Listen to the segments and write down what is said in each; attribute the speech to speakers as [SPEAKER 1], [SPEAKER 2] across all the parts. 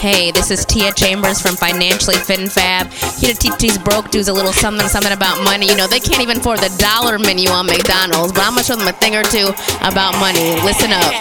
[SPEAKER 1] Hey, this is Tia Chambers from Financially Fit and Fab. Here to teach these broke dudes a little something, something about money. You know, they can't even afford the dollar menu on McDonald's, but I'm gonna show them a thing or two about money. Listen up.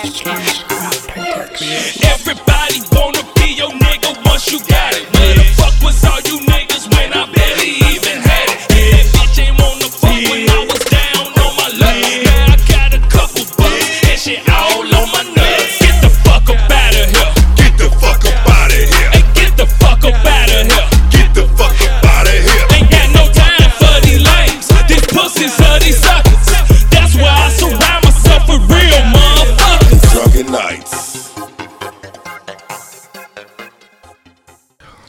[SPEAKER 2] Everybody wanna be your nigga once you got it. Where the fuck was all you niggas when I barely even had it? Yeah, bitch ain't wanna fuck when I was down on my luck. Now I got a couple bucks and shit all on my nuts. Get the fuck up out of here.
[SPEAKER 3] Get the fuck up out of here.
[SPEAKER 2] Hey, get the fuck up out of here.
[SPEAKER 3] Get the fuck up out of here.
[SPEAKER 2] Ain't got no time for these lames. These pussies are these suckers. That's why I surround myself with real motherfuckers.
[SPEAKER 3] Drunken nights.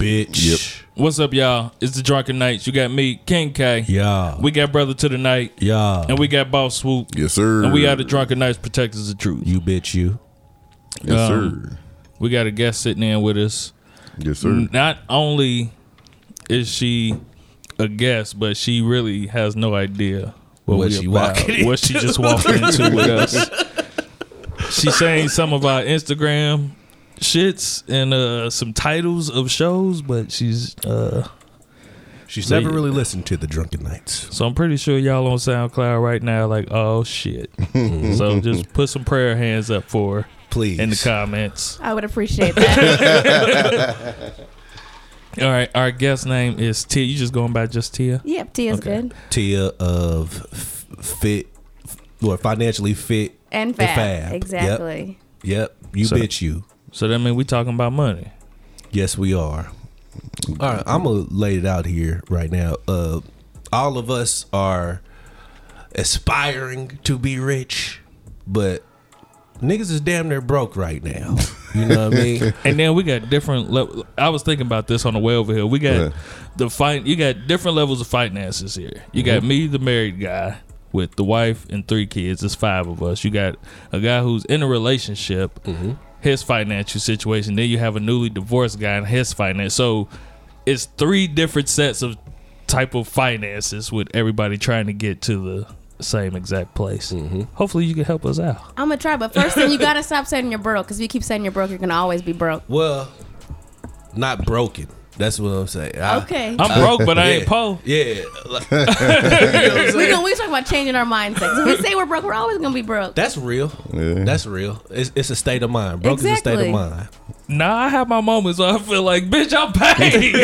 [SPEAKER 4] Bitch.
[SPEAKER 2] What's up, y'all? It's the Drunken Knights. You got me, King K.
[SPEAKER 4] Yeah.
[SPEAKER 2] We got Brother to the Night.
[SPEAKER 4] Yeah.
[SPEAKER 2] And we got Boss Swoop.
[SPEAKER 5] Yes, sir.
[SPEAKER 2] And we are the Drunken Knights Protectors of Truth.
[SPEAKER 4] you bitch you.
[SPEAKER 5] Yes,
[SPEAKER 2] um,
[SPEAKER 5] sir.
[SPEAKER 2] We got a guest sitting in with us.
[SPEAKER 5] Yes, sir.
[SPEAKER 2] Not only is she a guest, but she really has no idea
[SPEAKER 4] What
[SPEAKER 2] we
[SPEAKER 4] she
[SPEAKER 2] about,
[SPEAKER 4] walking
[SPEAKER 2] what she just walked into with us. She's saying some of our Instagram shits and uh, some titles of shows, but she's uh,
[SPEAKER 4] She's
[SPEAKER 2] They-
[SPEAKER 4] never really listened to the Drunken Nights.
[SPEAKER 2] So I'm pretty sure y'all on SoundCloud right now, like, oh shit. so just put some prayer hands up for her
[SPEAKER 4] Please.
[SPEAKER 2] in the comments.
[SPEAKER 1] I would appreciate that.
[SPEAKER 2] All right, our guest name is Tia. You just going by just Tia?
[SPEAKER 1] yep, Tia's
[SPEAKER 2] Okay.
[SPEAKER 1] good.
[SPEAKER 4] Tia of f- fit or financially fit.
[SPEAKER 1] And
[SPEAKER 4] And
[SPEAKER 1] Fab.
[SPEAKER 4] Fab.
[SPEAKER 1] Exactly.
[SPEAKER 4] Yep. You
[SPEAKER 2] So-
[SPEAKER 4] bitch you.
[SPEAKER 2] So that means we talking about money.
[SPEAKER 4] Yes, we are. All right, I'm gonna lay it out here right now. Uh, all of us are aspiring to be rich, but niggas is damn near broke right now. You know what I mean?
[SPEAKER 2] And then we got different level. I was thinking about this on the way over here. We got
[SPEAKER 5] Yeah.
[SPEAKER 2] the fight. You got different levels of finances here. You got me, the married guy with the wife and three kids. It's five of us. You got a guy who's in a relationship, his financial situation. Then you have a newly divorced guy and his finance. So it's three different sets of type of finances with everybody trying to get to the same exact place. Hopefully, you can help us out.
[SPEAKER 1] I'm gonna try, but first thing you gotta stop saying you're broke, because if you keep saying you're broke, you're gonna always be broke.
[SPEAKER 4] Well, not broken. That's what I'm saying. I-
[SPEAKER 1] Okay.
[SPEAKER 2] I'm broke, but I
[SPEAKER 4] yeah,
[SPEAKER 2] ain't poor.
[SPEAKER 4] Yeah, like,
[SPEAKER 1] we gonna we talking about changing our mindset. If we say we're broke, we're always gonna be broke.
[SPEAKER 4] that's real.
[SPEAKER 5] Yeah.
[SPEAKER 4] That's real. It's, it's a state of mind. Broke is a state
[SPEAKER 1] Exactly.
[SPEAKER 4] of mind.
[SPEAKER 2] Nah, I have my moments where I feel like, bitch, I'm paid.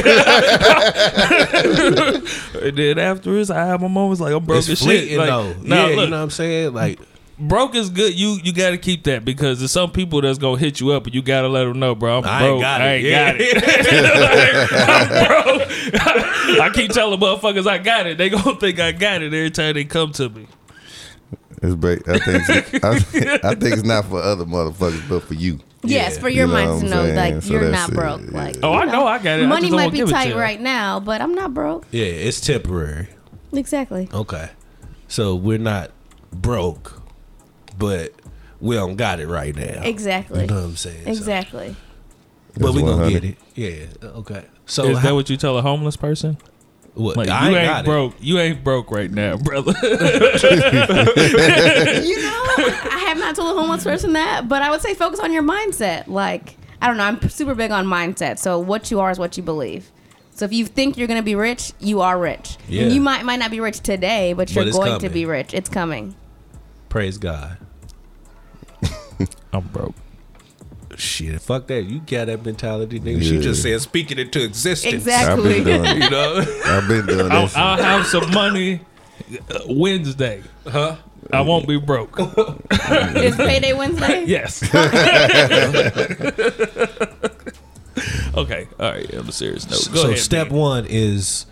[SPEAKER 2] and then afterwards, I have my moments like I'm broke
[SPEAKER 4] It's
[SPEAKER 2] as
[SPEAKER 4] fleeting
[SPEAKER 2] shit. Like,
[SPEAKER 4] though.
[SPEAKER 2] nah,
[SPEAKER 4] yeah,
[SPEAKER 2] look,
[SPEAKER 4] you know what I'm saying? Like,
[SPEAKER 2] broke is good. You you got to keep that because there's some people that's gonna hit you up, and you gotta let them know, bro. I'm
[SPEAKER 4] I ain't
[SPEAKER 2] broke.
[SPEAKER 4] got
[SPEAKER 2] I
[SPEAKER 4] it.
[SPEAKER 2] ain't
[SPEAKER 4] Yeah.
[SPEAKER 2] got it. Like, I'm broke. I keep telling motherfuckers I got it. They gonna think I got it every time they come to me.
[SPEAKER 5] It's ba- I think it's, I, think- I think it's not for other motherfuckers, but for you.
[SPEAKER 1] Yes,
[SPEAKER 4] Yeah.
[SPEAKER 1] for your
[SPEAKER 5] You know
[SPEAKER 1] mind
[SPEAKER 5] what
[SPEAKER 1] to
[SPEAKER 5] I'm
[SPEAKER 1] know,
[SPEAKER 5] saying?
[SPEAKER 1] like
[SPEAKER 5] So
[SPEAKER 1] you're not
[SPEAKER 5] that's it,
[SPEAKER 1] broke.
[SPEAKER 5] yeah.
[SPEAKER 1] Like
[SPEAKER 2] Oh, I know I got it. I
[SPEAKER 1] money
[SPEAKER 2] just don't
[SPEAKER 1] might be
[SPEAKER 2] give it to
[SPEAKER 1] tight
[SPEAKER 2] you.
[SPEAKER 1] right now, but I'm not broke.
[SPEAKER 4] yeah, it's temporary.
[SPEAKER 1] Exactly.
[SPEAKER 4] Okay. So we're not broke, but we don't got it right now.
[SPEAKER 1] Exactly.
[SPEAKER 4] You know what I'm saying? So-
[SPEAKER 1] Exactly.
[SPEAKER 4] but we gonna get
[SPEAKER 5] 100.
[SPEAKER 4] it. Yeah. Okay. So
[SPEAKER 2] Is that
[SPEAKER 4] Oh, how-
[SPEAKER 2] what you tell a homeless person?
[SPEAKER 4] what-
[SPEAKER 2] Like
[SPEAKER 4] I
[SPEAKER 2] you
[SPEAKER 4] ain't
[SPEAKER 2] ain't,
[SPEAKER 4] got it.
[SPEAKER 2] broke. You ain't broke right now, brother.
[SPEAKER 1] you know, I have not told a homeless person that, but I would say focus on your mindset. Like, I don't know, I'm super big on mindset. So what you are is what you believe. So if you think you're going to be rich, you are rich.
[SPEAKER 4] Yeah.
[SPEAKER 1] And you might might not be rich today, but you're
[SPEAKER 4] it's
[SPEAKER 1] going to
[SPEAKER 4] coming.
[SPEAKER 1] be rich. It's coming.
[SPEAKER 4] Praise God.
[SPEAKER 2] I'm broke.
[SPEAKER 4] Shit. Fuck that. You got that mentality, nigga. She
[SPEAKER 5] Yeah.
[SPEAKER 4] just said speaking into existence.
[SPEAKER 5] I've
[SPEAKER 1] Exactly.
[SPEAKER 5] been doing it.
[SPEAKER 4] You know.
[SPEAKER 5] I've been doing
[SPEAKER 2] I'll,
[SPEAKER 4] Oh,
[SPEAKER 5] that shit.
[SPEAKER 2] I'll have some money uh, Wednesday.
[SPEAKER 4] huh?
[SPEAKER 2] I won't be broke.
[SPEAKER 1] It's payday Wednesday.
[SPEAKER 2] Yes. okay. All right. I'm serious. No. Go
[SPEAKER 4] so
[SPEAKER 2] ahead,
[SPEAKER 4] step
[SPEAKER 2] man.
[SPEAKER 4] one is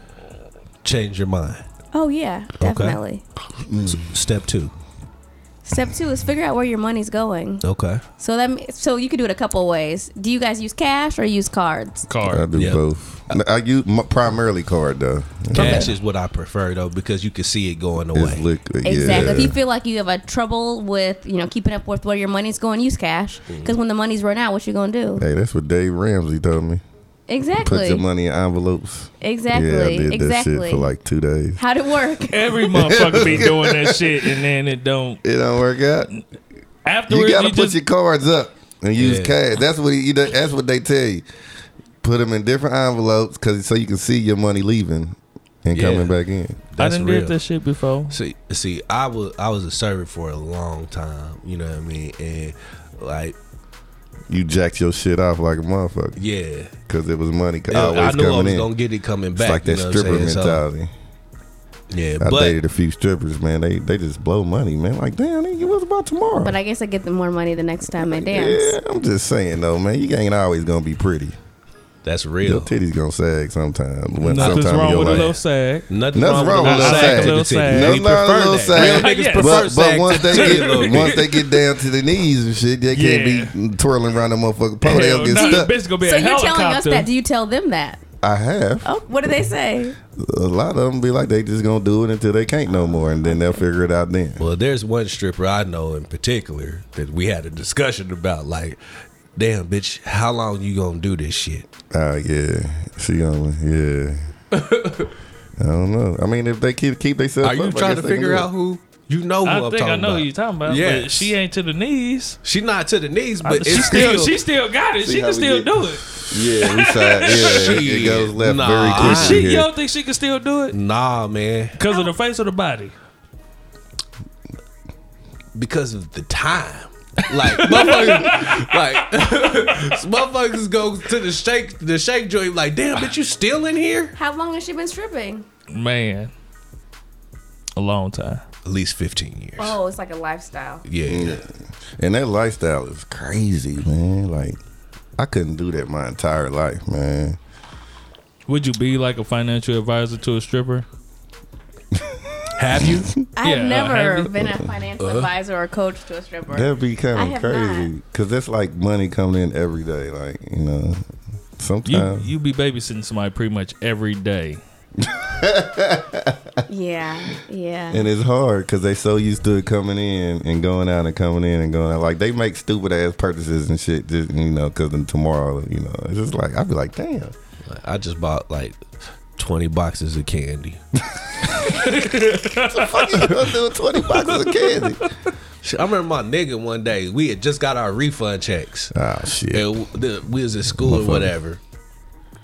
[SPEAKER 4] change your mind.
[SPEAKER 1] Oh yeah, definitely.
[SPEAKER 4] Step two.
[SPEAKER 1] Step 2 is figure out where your money's going.
[SPEAKER 4] Okay.
[SPEAKER 1] So that me- so you could do it a couple of ways. Do you guys use cash or use cards?
[SPEAKER 5] I
[SPEAKER 2] Card.
[SPEAKER 5] do
[SPEAKER 4] Yeah.
[SPEAKER 5] both. No, I use my primarily card though.
[SPEAKER 4] Cash is what I prefer though, because you can see it going
[SPEAKER 5] It's
[SPEAKER 4] away.
[SPEAKER 5] liquid.
[SPEAKER 1] Exactly. If
[SPEAKER 5] Yeah.
[SPEAKER 1] you feel like you have a trouble with, you know, keeping up with where your money's going, use cash.
[SPEAKER 5] Mm-hmm.
[SPEAKER 1] Because when the money's run out, what you gonna do?
[SPEAKER 5] Hey, that's what Dave Ramsey told me. Put
[SPEAKER 1] Exactly.
[SPEAKER 5] your money in envelopes.
[SPEAKER 1] Exactly.
[SPEAKER 5] Yeah, I did
[SPEAKER 1] exactly.
[SPEAKER 5] that shit for like two days.
[SPEAKER 1] How'd it work?
[SPEAKER 2] Every motherfucker be doing that shit, and then it don't.
[SPEAKER 5] It don't work out. You
[SPEAKER 2] Afterwards, you,
[SPEAKER 5] gotta put
[SPEAKER 2] just
[SPEAKER 5] your cards up and use
[SPEAKER 4] Yeah.
[SPEAKER 5] cash. That's what he, you know, that's what they tell you. put them in different envelopes because so you can see your money leaving and
[SPEAKER 4] Yeah.
[SPEAKER 5] coming back in.
[SPEAKER 2] I
[SPEAKER 4] That's
[SPEAKER 2] didn't
[SPEAKER 4] real.
[SPEAKER 2] did that shit before.
[SPEAKER 4] See, see, I was I was a server for a long time. You know what I mean? And like,
[SPEAKER 5] You jacked your shit off like a motherfucker
[SPEAKER 4] yeah,
[SPEAKER 5] because it was money co-
[SPEAKER 4] I knew I
[SPEAKER 5] always coming
[SPEAKER 4] was
[SPEAKER 5] in.
[SPEAKER 4] gonna get it coming
[SPEAKER 5] it's
[SPEAKER 4] back.
[SPEAKER 5] like
[SPEAKER 4] you
[SPEAKER 5] that
[SPEAKER 4] know what I'm
[SPEAKER 5] stripper
[SPEAKER 4] saying? So,
[SPEAKER 5] mentality.
[SPEAKER 4] yeah,
[SPEAKER 5] I
[SPEAKER 4] but
[SPEAKER 5] dated a few strippers, man. They they just blow money, man. Like damn, nigga, what's about tomorrow?
[SPEAKER 1] But I guess I get the more money the next time I dance.
[SPEAKER 5] yeah, I'm just saying though, man. You ain't always gonna be pretty.
[SPEAKER 4] that's
[SPEAKER 5] Your
[SPEAKER 4] real.
[SPEAKER 5] titties gonna sag sometime. When
[SPEAKER 2] Nothing's
[SPEAKER 5] sometime in
[SPEAKER 2] wrong
[SPEAKER 5] your
[SPEAKER 2] with a
[SPEAKER 5] life.
[SPEAKER 2] little sag.
[SPEAKER 4] Nothing,
[SPEAKER 5] Nothing wrong with
[SPEAKER 2] a little sag. Little sag.
[SPEAKER 4] They
[SPEAKER 5] Nothing wrong with a
[SPEAKER 4] prefer
[SPEAKER 5] little
[SPEAKER 4] that.
[SPEAKER 5] sag.
[SPEAKER 4] Real niggas
[SPEAKER 2] Yeah.
[SPEAKER 4] prefer
[SPEAKER 5] But, but
[SPEAKER 4] sag
[SPEAKER 5] once
[SPEAKER 4] to
[SPEAKER 5] they
[SPEAKER 4] titty a
[SPEAKER 5] get
[SPEAKER 4] little
[SPEAKER 5] once
[SPEAKER 4] bit.
[SPEAKER 5] they get down to the knees and shit, they
[SPEAKER 2] Yeah.
[SPEAKER 5] can't be twirling around the motherfucker pole. They'll
[SPEAKER 2] Hell
[SPEAKER 5] get
[SPEAKER 2] no,
[SPEAKER 5] stuck.
[SPEAKER 2] Bitch gonna be
[SPEAKER 1] So
[SPEAKER 2] a
[SPEAKER 1] you're telling us
[SPEAKER 2] helicopter.
[SPEAKER 1] that? Do you tell them that?
[SPEAKER 5] I have
[SPEAKER 1] Oh, what do they say?
[SPEAKER 5] a lot of them be like they just gonna do it until they can't no more, and then they'll figure it out then.
[SPEAKER 4] Well, there's one stripper I know in particular that we had a discussion about. Like, damn, bitch, how long you gonna do this shit?
[SPEAKER 5] Oh yeah, she gonna yeah. I don't know. I mean, if they keep keep themselves,
[SPEAKER 4] Are you
[SPEAKER 5] up, I
[SPEAKER 4] trying
[SPEAKER 5] guess
[SPEAKER 4] to
[SPEAKER 5] they can
[SPEAKER 4] figure
[SPEAKER 5] do it.
[SPEAKER 4] out who? You know who
[SPEAKER 2] I
[SPEAKER 4] am
[SPEAKER 2] think
[SPEAKER 4] talking
[SPEAKER 2] I know
[SPEAKER 4] about.
[SPEAKER 2] who you're talking about.
[SPEAKER 4] Yes.
[SPEAKER 2] But she ain't to the knees.
[SPEAKER 4] She's not to the knees,
[SPEAKER 2] I-
[SPEAKER 4] but
[SPEAKER 2] she
[SPEAKER 4] it's
[SPEAKER 2] still,
[SPEAKER 4] still,
[SPEAKER 2] she still got it.
[SPEAKER 5] See
[SPEAKER 2] She
[SPEAKER 5] how
[SPEAKER 2] can
[SPEAKER 5] we
[SPEAKER 2] still
[SPEAKER 5] get-
[SPEAKER 2] do it.
[SPEAKER 5] Yeah, we side, yeah, it
[SPEAKER 4] Shit.
[SPEAKER 5] goes left
[SPEAKER 4] Nah.
[SPEAKER 5] very
[SPEAKER 4] Is
[SPEAKER 5] quickly.
[SPEAKER 2] She, you
[SPEAKER 5] here.
[SPEAKER 2] don't think she can still do it
[SPEAKER 4] nah, man,
[SPEAKER 2] because of the face or the body?
[SPEAKER 4] because of the time. Like motherfuckers, like motherfuckers go to the shake the shake joint. Like, damn, bitch, you still in here?
[SPEAKER 1] How long has she been stripping?
[SPEAKER 2] Man, a long time.
[SPEAKER 4] At least fifteen years.
[SPEAKER 1] Oh, it's like a lifestyle.
[SPEAKER 4] Yeah,
[SPEAKER 5] And that lifestyle is crazy, man. Like I couldn't do that my entire life, man.
[SPEAKER 2] Would you be like a financial advisor to a stripper?
[SPEAKER 4] have you?
[SPEAKER 1] I
[SPEAKER 2] Yeah,
[SPEAKER 1] have
[SPEAKER 2] uh,
[SPEAKER 1] never
[SPEAKER 2] have you-
[SPEAKER 1] been a financial
[SPEAKER 5] Uh-huh.
[SPEAKER 1] advisor or coach to a stripper.
[SPEAKER 5] That'd be
[SPEAKER 1] I
[SPEAKER 5] kind of
[SPEAKER 1] have
[SPEAKER 5] crazy because that's like money coming in every day. Like you know,
[SPEAKER 2] You
[SPEAKER 5] sometimes
[SPEAKER 2] you be babysitting somebody pretty much every day.
[SPEAKER 1] yeah, yeah.
[SPEAKER 5] and it's hard because they so used to it coming in and going out and coming in and going out. Like they make stupid ass purchases and shit. Just you know, because then tomorrow, you know, it's just like I'd be like, damn.
[SPEAKER 4] Like, I just bought like twenty boxes of candy.
[SPEAKER 5] Fuck you, I'm doing 20 boxes of candy.
[SPEAKER 4] Shit, I remember my nigga one day. We had just got our refund checks.
[SPEAKER 5] Oh, shit.
[SPEAKER 4] And w- the- we was at school or whatever,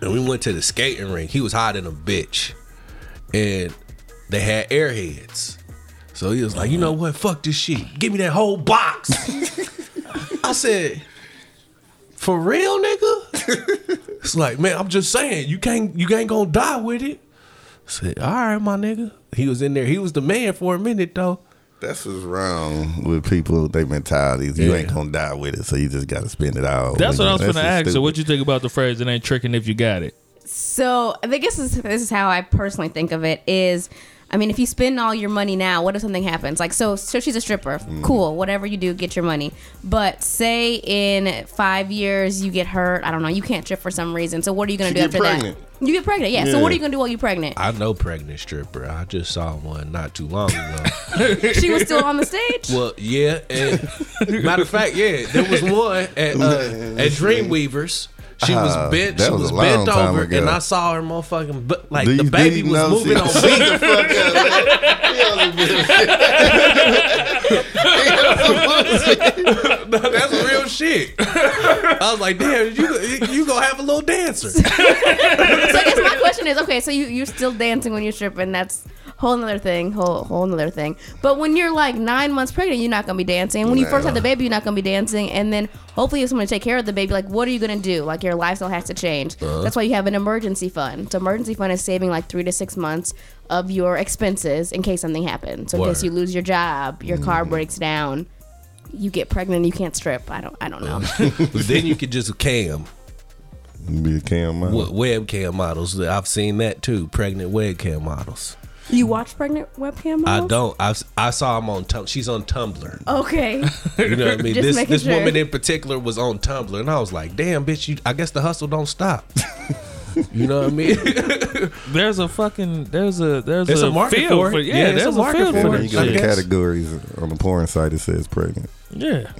[SPEAKER 4] and we went to the skating rink. He was hiding a bitch, and they had airheads. So he was like, "You know what? Fuck this shit. Give me that whole box." I said, "For real, nigga?" it's like, man, I'm just saying, you can't, you ain't gonna die with it. I said, "All right, my nigga." He was in there. He was the man for a minute though.
[SPEAKER 5] That's what's wrong with people, their mentalities. You
[SPEAKER 4] Yeah.
[SPEAKER 5] ain't going to die with it, so you just got to spend it all.
[SPEAKER 2] That's what I was
[SPEAKER 5] That's
[SPEAKER 2] gonna
[SPEAKER 5] just
[SPEAKER 2] ask. So
[SPEAKER 5] stupid.
[SPEAKER 2] what you think about the phrase "It ain't tricking if you got it"?
[SPEAKER 1] So I guess this is, this is how I personally think of it is. I mean, if you spend all your money now, what if something happens? Like, so, so she's a stripper.
[SPEAKER 5] Mm-hmm.
[SPEAKER 1] Cool. Whatever you do, get your money. But say in five years you get hurt. I don't know. You can't trip for some reason. So what are you going
[SPEAKER 5] She
[SPEAKER 1] to do
[SPEAKER 5] get
[SPEAKER 1] after
[SPEAKER 5] pregnant.
[SPEAKER 1] that? You get pregnant. Yeah. So
[SPEAKER 5] Yeah.
[SPEAKER 1] what are you going to do while you're pregnant?
[SPEAKER 4] I know pregnant stripper. I just saw one not too long ago.
[SPEAKER 1] she was still on the stage.
[SPEAKER 4] Well, yeah. And matter of fact, yeah, there was one at uh, at Dreamweavers. She was bent.
[SPEAKER 5] Ah, that
[SPEAKER 4] she
[SPEAKER 5] was
[SPEAKER 4] was,
[SPEAKER 5] a long
[SPEAKER 4] bent
[SPEAKER 5] time
[SPEAKER 4] over,
[SPEAKER 5] ago.
[SPEAKER 4] and I saw her motherfucking. But like
[SPEAKER 5] Do
[SPEAKER 4] the
[SPEAKER 5] you- do
[SPEAKER 4] baby
[SPEAKER 5] you
[SPEAKER 4] was
[SPEAKER 5] know
[SPEAKER 4] moving
[SPEAKER 5] she-
[SPEAKER 4] on
[SPEAKER 5] Shut
[SPEAKER 4] me.
[SPEAKER 5] the fuck up, man. He only been-
[SPEAKER 4] That's real shit. I was like, damn, you you gonna have a little dancer?
[SPEAKER 1] so I guess my question is, okay, so you you're still dancing when you're stripping. That's whole another thing, whole whole another thing. But when you're like nine months pregnant, you're not gonna be dancing. When you first have the baby, you're not gonna be dancing. And then hopefully, you have someone to take care of the baby. Like, what are you gonna do? Like, your lifestyle has to change. That's why you have an emergency fund. So emergency fund is saving like three to six months of your expenses in case something happens. So in case
[SPEAKER 4] Word.
[SPEAKER 1] you lose your job, your car breaks down, you get pregnant, you can't strip. I don't I don't know.
[SPEAKER 4] then you could just cam
[SPEAKER 5] Be a cam model.
[SPEAKER 4] w- webcam models. I've seen that too. Pregnant webcam models.
[SPEAKER 1] you watch pregnant webcam?
[SPEAKER 4] I
[SPEAKER 1] models?
[SPEAKER 4] don't. I I saw him on. Tum- she's on Tumblr.
[SPEAKER 1] Okay.
[SPEAKER 4] You know what I mean?
[SPEAKER 1] Just
[SPEAKER 4] this
[SPEAKER 1] making
[SPEAKER 4] this
[SPEAKER 1] sure.
[SPEAKER 4] woman in particular was on Tumblr, and I was like, "Damn, bitch! You, I guess the hustle don't stop." you know what I mean?
[SPEAKER 2] There's a fucking there's a there's
[SPEAKER 4] There's
[SPEAKER 2] a,
[SPEAKER 4] a market
[SPEAKER 2] field
[SPEAKER 4] for it.
[SPEAKER 2] Yeah,
[SPEAKER 4] Yeah,
[SPEAKER 2] there's, a, market field
[SPEAKER 5] And
[SPEAKER 2] for
[SPEAKER 5] then
[SPEAKER 2] it.
[SPEAKER 5] you go to
[SPEAKER 2] Shit.
[SPEAKER 5] categories on the porn site that says pregnant.
[SPEAKER 2] Yeah.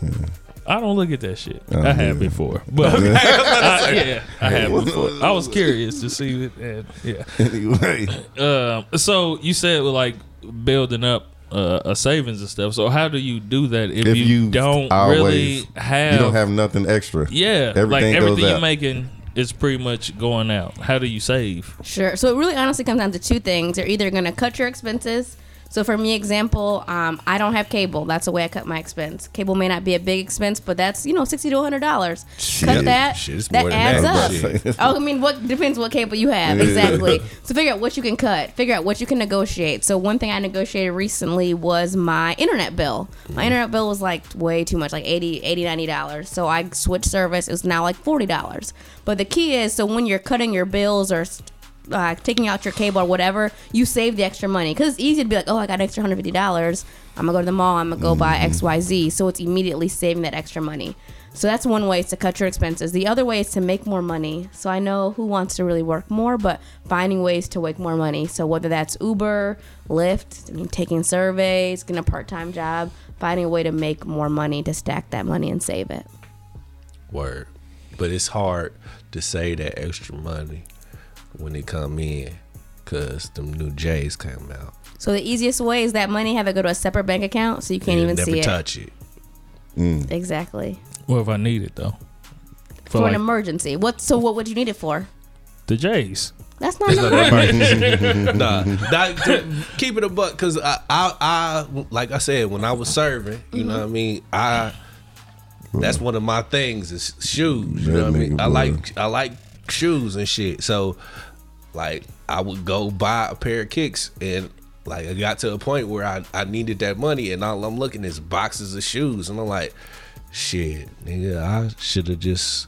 [SPEAKER 2] I don't look at that shit.
[SPEAKER 5] Oh,
[SPEAKER 2] I have
[SPEAKER 5] yeah.
[SPEAKER 2] before, but I, yeah, I have before. I was curious to see it. And, yeah.
[SPEAKER 5] anyway,
[SPEAKER 2] Um, so you said well, like building up uh, a savings and stuff. So how do you do that if,
[SPEAKER 5] If
[SPEAKER 2] you,
[SPEAKER 5] you
[SPEAKER 2] don't
[SPEAKER 5] always-
[SPEAKER 2] really have?
[SPEAKER 5] you don't have nothing extra.
[SPEAKER 2] yeah, like
[SPEAKER 5] everything goes
[SPEAKER 2] everything you're
[SPEAKER 5] out.
[SPEAKER 2] making it's pretty much going out. How do you save?
[SPEAKER 1] Sure. So it really honestly comes down to two things. You're either going to cut your expenses. So for me, example, um, I don't have cable. That's the way I cut my expense. Cable may not be a big expense, but that's you know sixty to hundred dollars. Cut
[SPEAKER 5] Shit.
[SPEAKER 1] that.
[SPEAKER 4] Shit, it's
[SPEAKER 1] that
[SPEAKER 4] more than
[SPEAKER 1] adds
[SPEAKER 4] that.
[SPEAKER 1] up.
[SPEAKER 5] I was about to say.
[SPEAKER 1] Oh, I mean, what depends what cable you have exactly. so figure out what you can cut. Figure out what you can negotiate. So one thing I negotiated recently was my internet bill. My internet bill was like way too much, like 80 80 90 dollars. So I switched service. It was now like forty dollars. But the key is, so when you're cutting your bills or uh, taking out your cable or whatever, you save the extra money because it's easy to be like, oh, I got an extra hundred fifty dollars. I'm gonna go to the mall. I'm gonna go buy X Y Z. So it's immediately saving that extra money. So that's one way is to cut your expenses. The other way is to make more money. So I know who wants to really work more, but finding ways to make more money. So whether that's Uber, Lyft, I mean, taking surveys, getting a part-time job, finding a way to make more money to stack that money and save it.
[SPEAKER 4] Word. But it's hard to say that extra money when it come in because them new J's came out.
[SPEAKER 1] So the easiest way is that money have it go to a separate bank account, so you can't
[SPEAKER 4] You
[SPEAKER 1] even
[SPEAKER 4] never
[SPEAKER 1] see
[SPEAKER 4] touch it.
[SPEAKER 1] it. Exactly.
[SPEAKER 2] Well, if I need it though, for,
[SPEAKER 1] for
[SPEAKER 2] like
[SPEAKER 1] an emergency. What? So what would you need it for?
[SPEAKER 2] the Jays.
[SPEAKER 1] That's not an emergency.
[SPEAKER 4] nah, nah, th- keep it a buck because I, I, I, like I said, when I was serving, you know what I mean. I that's one of my things is shoes. You know what I mean. I like I like shoes and shit. So like I would go buy a pair of kicks and. Like I got to a point where I, I needed that money and all I'm looking is boxes of shoes and I'm like, shit, nigga, I should have just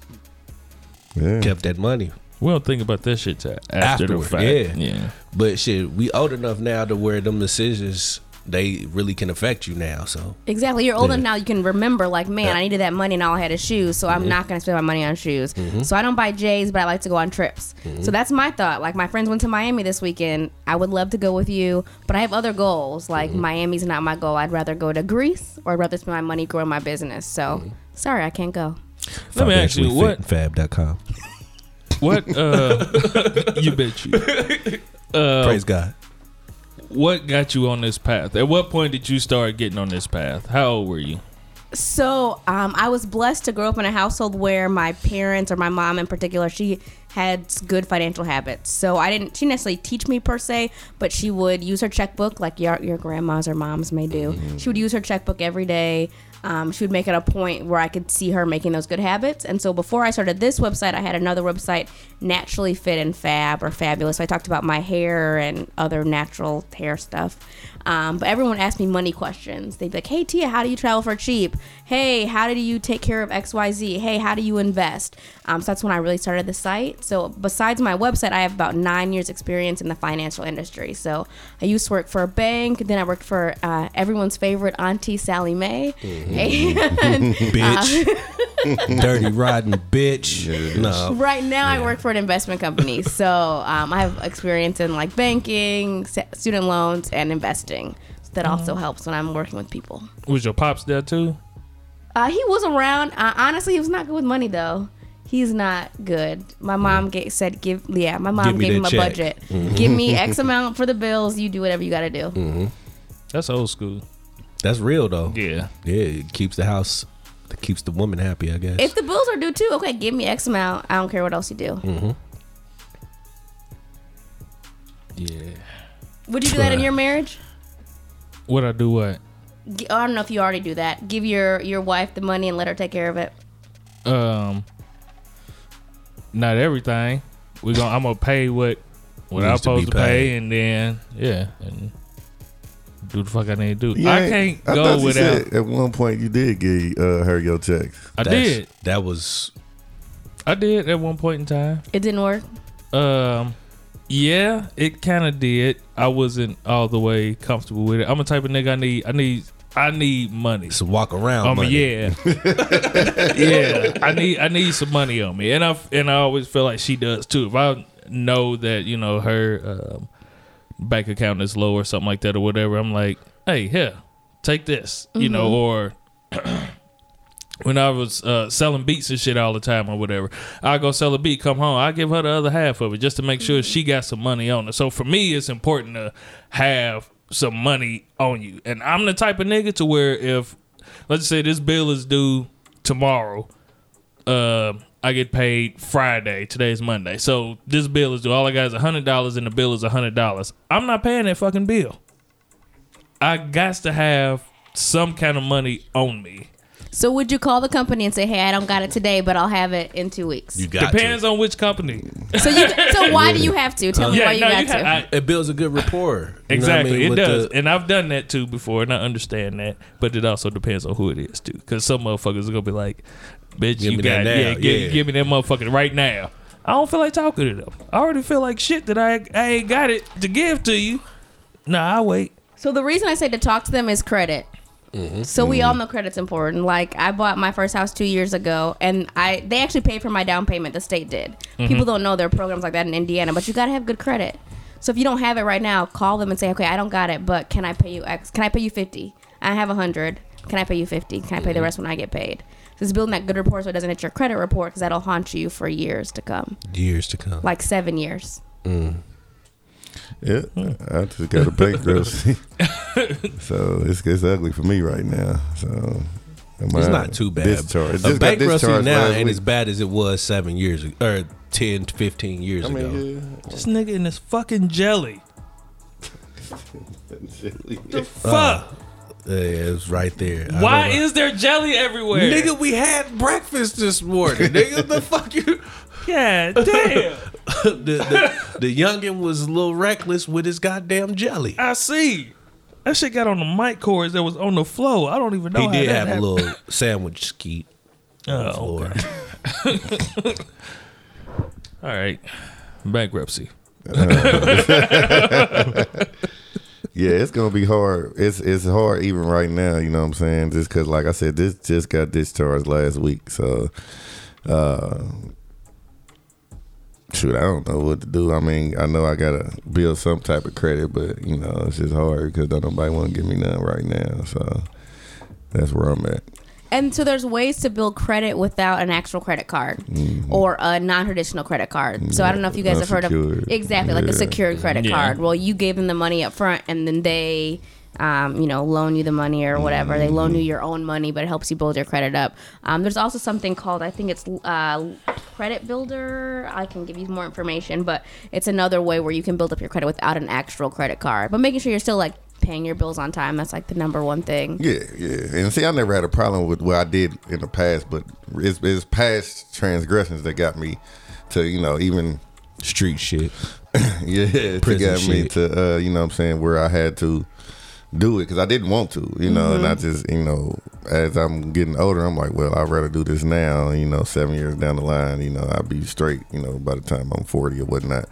[SPEAKER 5] Yeah.
[SPEAKER 4] kept that money.
[SPEAKER 2] We don't think about that shit till after the
[SPEAKER 4] Afterward,
[SPEAKER 2] fact.
[SPEAKER 4] yeah.
[SPEAKER 2] yeah.
[SPEAKER 4] But shit, we old enough now to where them decisions they really can affect you now. So
[SPEAKER 1] Exactly. You're old
[SPEAKER 4] Yeah.
[SPEAKER 1] enough now you can remember, like, man, I needed that money and all I had is shoes, so I'm not going to spend my money on shoes. So I don't buy J's, but I like to go on trips. So that's my thought. Like, my friends went to Miami this weekend. I would love to go with you, but I have other goals. Like, Miami's not my goal. I'd rather go to Greece or I'd rather spend my money growing my business. So sorry, I can't go.
[SPEAKER 2] Let me ask you what
[SPEAKER 4] fab.com.
[SPEAKER 2] what uh you bet you. Uh,
[SPEAKER 4] Praise God.
[SPEAKER 2] What got you on this path? At what point did you start getting on this path? How old were you?
[SPEAKER 1] So um, I was blessed to grow up in a household where my parents, or my mom in particular, she had s- good financial habits. So I didn't, she didn't necessarily teach me per se, but she would use her checkbook like your, your grandmas or moms may do. She would use her checkbook every day. Um, she would make it a point where I could see her making those good habits. And so before I started this website, I had another website, Naturally Fit and Fab or Fabulous. So I talked about my hair and other natural hair stuff. Um, but everyone asked me money questions. They'd be like, hey, Tia, how do you travel for cheap? Hey, how do you take care of XYZ? Hey, how do you invest? Um, so that's when I really started the site. So besides my website, I have about nine years experience in the financial industry. So I used to work for a bank. Then I worked for uh, everyone's favorite auntie, Sally Mae. And
[SPEAKER 4] Bitch.
[SPEAKER 5] Uh,
[SPEAKER 4] Dirty riding bitch. No.
[SPEAKER 1] right now I work for an investment company. so um, I have experience in like banking, se- student loans, and investing. So that
[SPEAKER 4] Mm-hmm.
[SPEAKER 1] also helps when I'm working with people.
[SPEAKER 2] Was your pops there too?
[SPEAKER 1] Uh, he was around. Uh, honestly, he was not good with money though. He's not good. My mom ga- said, "Give yeah." My
[SPEAKER 4] Mm-hmm. Give
[SPEAKER 1] mom
[SPEAKER 4] me
[SPEAKER 1] gave him
[SPEAKER 4] that
[SPEAKER 1] a
[SPEAKER 4] check. Mm-hmm.
[SPEAKER 1] budget. Give me X amount for the bills. You do whatever you got to do.
[SPEAKER 4] Mm.
[SPEAKER 2] That's old school.
[SPEAKER 4] That's real though. Yeah.
[SPEAKER 2] Yeah.
[SPEAKER 4] it keeps the house it keeps the woman happy, I guess.
[SPEAKER 1] If the bills are due too, okay, give me X amount. I don't care what else you do.
[SPEAKER 4] Mm.
[SPEAKER 2] Yeah.
[SPEAKER 1] Would you do that in
[SPEAKER 4] Right.
[SPEAKER 1] your marriage?
[SPEAKER 2] What I do what?
[SPEAKER 1] G- I don't know if you already do that. Give your your wife the money and let her take care of it.
[SPEAKER 2] Um not everything. We gonna I'm gonna pay what what I'm
[SPEAKER 4] Needs to be
[SPEAKER 2] supposed to pay
[SPEAKER 4] paid.
[SPEAKER 2] and then yeah. And do the fuck I need to do.
[SPEAKER 5] Yeah,
[SPEAKER 2] I can't
[SPEAKER 5] I thought
[SPEAKER 2] go
[SPEAKER 5] you
[SPEAKER 2] without
[SPEAKER 5] said At one point, you did give uh, her your checks.
[SPEAKER 2] I
[SPEAKER 4] That's-
[SPEAKER 2] did.
[SPEAKER 4] That was
[SPEAKER 2] I did at one point in time.
[SPEAKER 1] It didn't work.
[SPEAKER 2] Um, yeah, it kind of did. I wasn't all the way comfortable with it. I'm a type of nigga. I need. I need. I need money.
[SPEAKER 4] it's a walk around.
[SPEAKER 2] Um,
[SPEAKER 4] money.
[SPEAKER 2] yeah, yeah. I need. I need some money on me, and I and I always feel like she does too. If I know that you know her um, bank account is low or something like that or whatever, I'm like, hey, here, take this, you know, or when I was uh, selling beats and shit all the time or whatever. I go sell a beat, come home, I give her the other half of it just to make sure she got some money on it. So for me, it's important to have some money on you. And I'm the type of nigga to where if let's say this bill is due tomorrow, uh, I get paid Friday. Today's Monday. So this bill is due. All I got is hundred dollars, and the bill is hundred dollars. I'm not paying that fucking bill. I got to have some kind of money on me.
[SPEAKER 1] So would you call the company and say, "Hey, I don't got it today, but I'll have it in two weeks"?
[SPEAKER 4] You got
[SPEAKER 2] Depends
[SPEAKER 4] to.
[SPEAKER 2] on which company.
[SPEAKER 1] so you, so why do you have to? Tell me why you
[SPEAKER 2] Uh, no,
[SPEAKER 1] got
[SPEAKER 2] you
[SPEAKER 1] to.
[SPEAKER 2] ha- I-
[SPEAKER 4] It builds a good rapport. You know what I
[SPEAKER 2] Exactly,
[SPEAKER 4] mean,
[SPEAKER 2] it
[SPEAKER 4] with
[SPEAKER 2] does,
[SPEAKER 4] the-
[SPEAKER 2] and I've done that too before, and I understand that. But it also depends on who it is too, because some motherfuckers are gonna be like, "Bitch,
[SPEAKER 4] Give
[SPEAKER 2] you
[SPEAKER 4] me
[SPEAKER 2] got
[SPEAKER 4] that now,
[SPEAKER 2] yeah, give,
[SPEAKER 4] yeah.
[SPEAKER 2] give me that motherfucker right now." I don't feel like talking to them. I already feel like shit that I I ain't got it to give to you. Nah, I wait.
[SPEAKER 1] So the reason I say to talk to them is credit. So we all know credit's important. Like I bought my first house two years ago, and I they actually paid for my down payment. The state did. People don't know there are programs like that in Indiana, but you got to have good credit. So if you don't have it right now, call them and say, okay, I don't got it, but can I pay you X? Can I pay you fifty? I have a hundred. Can I pay you fifty? Can I pay the rest when I get paid? So it's building that good report so it doesn't hit your credit report because that'll haunt you for years to come,
[SPEAKER 4] years to come. Mm.
[SPEAKER 1] like seven years.
[SPEAKER 5] Yeah, I just got a bankruptcy, so it's it's ugly for me right now. So
[SPEAKER 4] It's not too bad.
[SPEAKER 5] Discharge.
[SPEAKER 4] A bankruptcy now ain't as bad as it was seven years ago, or 10 to 15 years
[SPEAKER 5] I
[SPEAKER 4] ago.
[SPEAKER 5] mean,
[SPEAKER 2] This nigga in this fucking jelly.
[SPEAKER 5] yeah.
[SPEAKER 2] Fuck.
[SPEAKER 4] Yeah, it was right there. I
[SPEAKER 2] Why
[SPEAKER 4] Uh, don't know.
[SPEAKER 2] is there jelly everywhere?
[SPEAKER 4] Nigga, we had breakfast this morning. Nigga, the fuck you.
[SPEAKER 2] yeah, damn.
[SPEAKER 4] the, the, the youngin was a little reckless with his goddamn jelly.
[SPEAKER 2] I see. That shit got on the mic cords that was on the floor. I don't even know.
[SPEAKER 4] He
[SPEAKER 2] how
[SPEAKER 4] did
[SPEAKER 2] that
[SPEAKER 4] have a
[SPEAKER 2] happened.
[SPEAKER 4] little sandwich skeet on the
[SPEAKER 2] Oh,
[SPEAKER 4] floor.
[SPEAKER 2] All right, bankruptcy.
[SPEAKER 5] Yeah, it's gonna be hard. It's it's hard even right now. You know what I'm saying? Just because, like I said, this just got discharged last week. So, uh, shoot, I don't know what to do. I mean, I know I gotta build some type of credit, but you know, it's just hard because don't nobody want to give me none right now. So that's where I'm at.
[SPEAKER 1] And so there's ways to build credit without an actual credit card or a non-traditional credit card. So I don't know if you guys have heard of
[SPEAKER 5] Unsecured.
[SPEAKER 1] exactly like a
[SPEAKER 5] Yeah.
[SPEAKER 1] secured credit
[SPEAKER 2] Yeah.
[SPEAKER 1] card. Well, you gave them the money up front, and then they, um, you know, loan you the money or whatever. They loan you your own money, but it helps you build your credit up. Um, there's also something called I think it's uh, Credit Builder. I can give you more information, but it's another way where you can build up your credit without an actual credit card, but making sure you're still like paying your bills on time. That's like the number one thing.
[SPEAKER 5] Yeah, yeah. And see, I never had a problem with what I did in the past, but it's, it's past transgressions that got me to you know even
[SPEAKER 4] Street shit.
[SPEAKER 5] yeah, to
[SPEAKER 4] Prison
[SPEAKER 5] got me
[SPEAKER 4] shit.
[SPEAKER 5] to uh, you know what I'm saying where I had to do it because I didn't want to, you know, and I
[SPEAKER 4] Mm-hmm.
[SPEAKER 5] just you know as I'm getting older, I'm like, well, I'd rather do this now, you know, seven years down the line, you know, I'll be straight, you know, by the time I'm 40 or whatnot.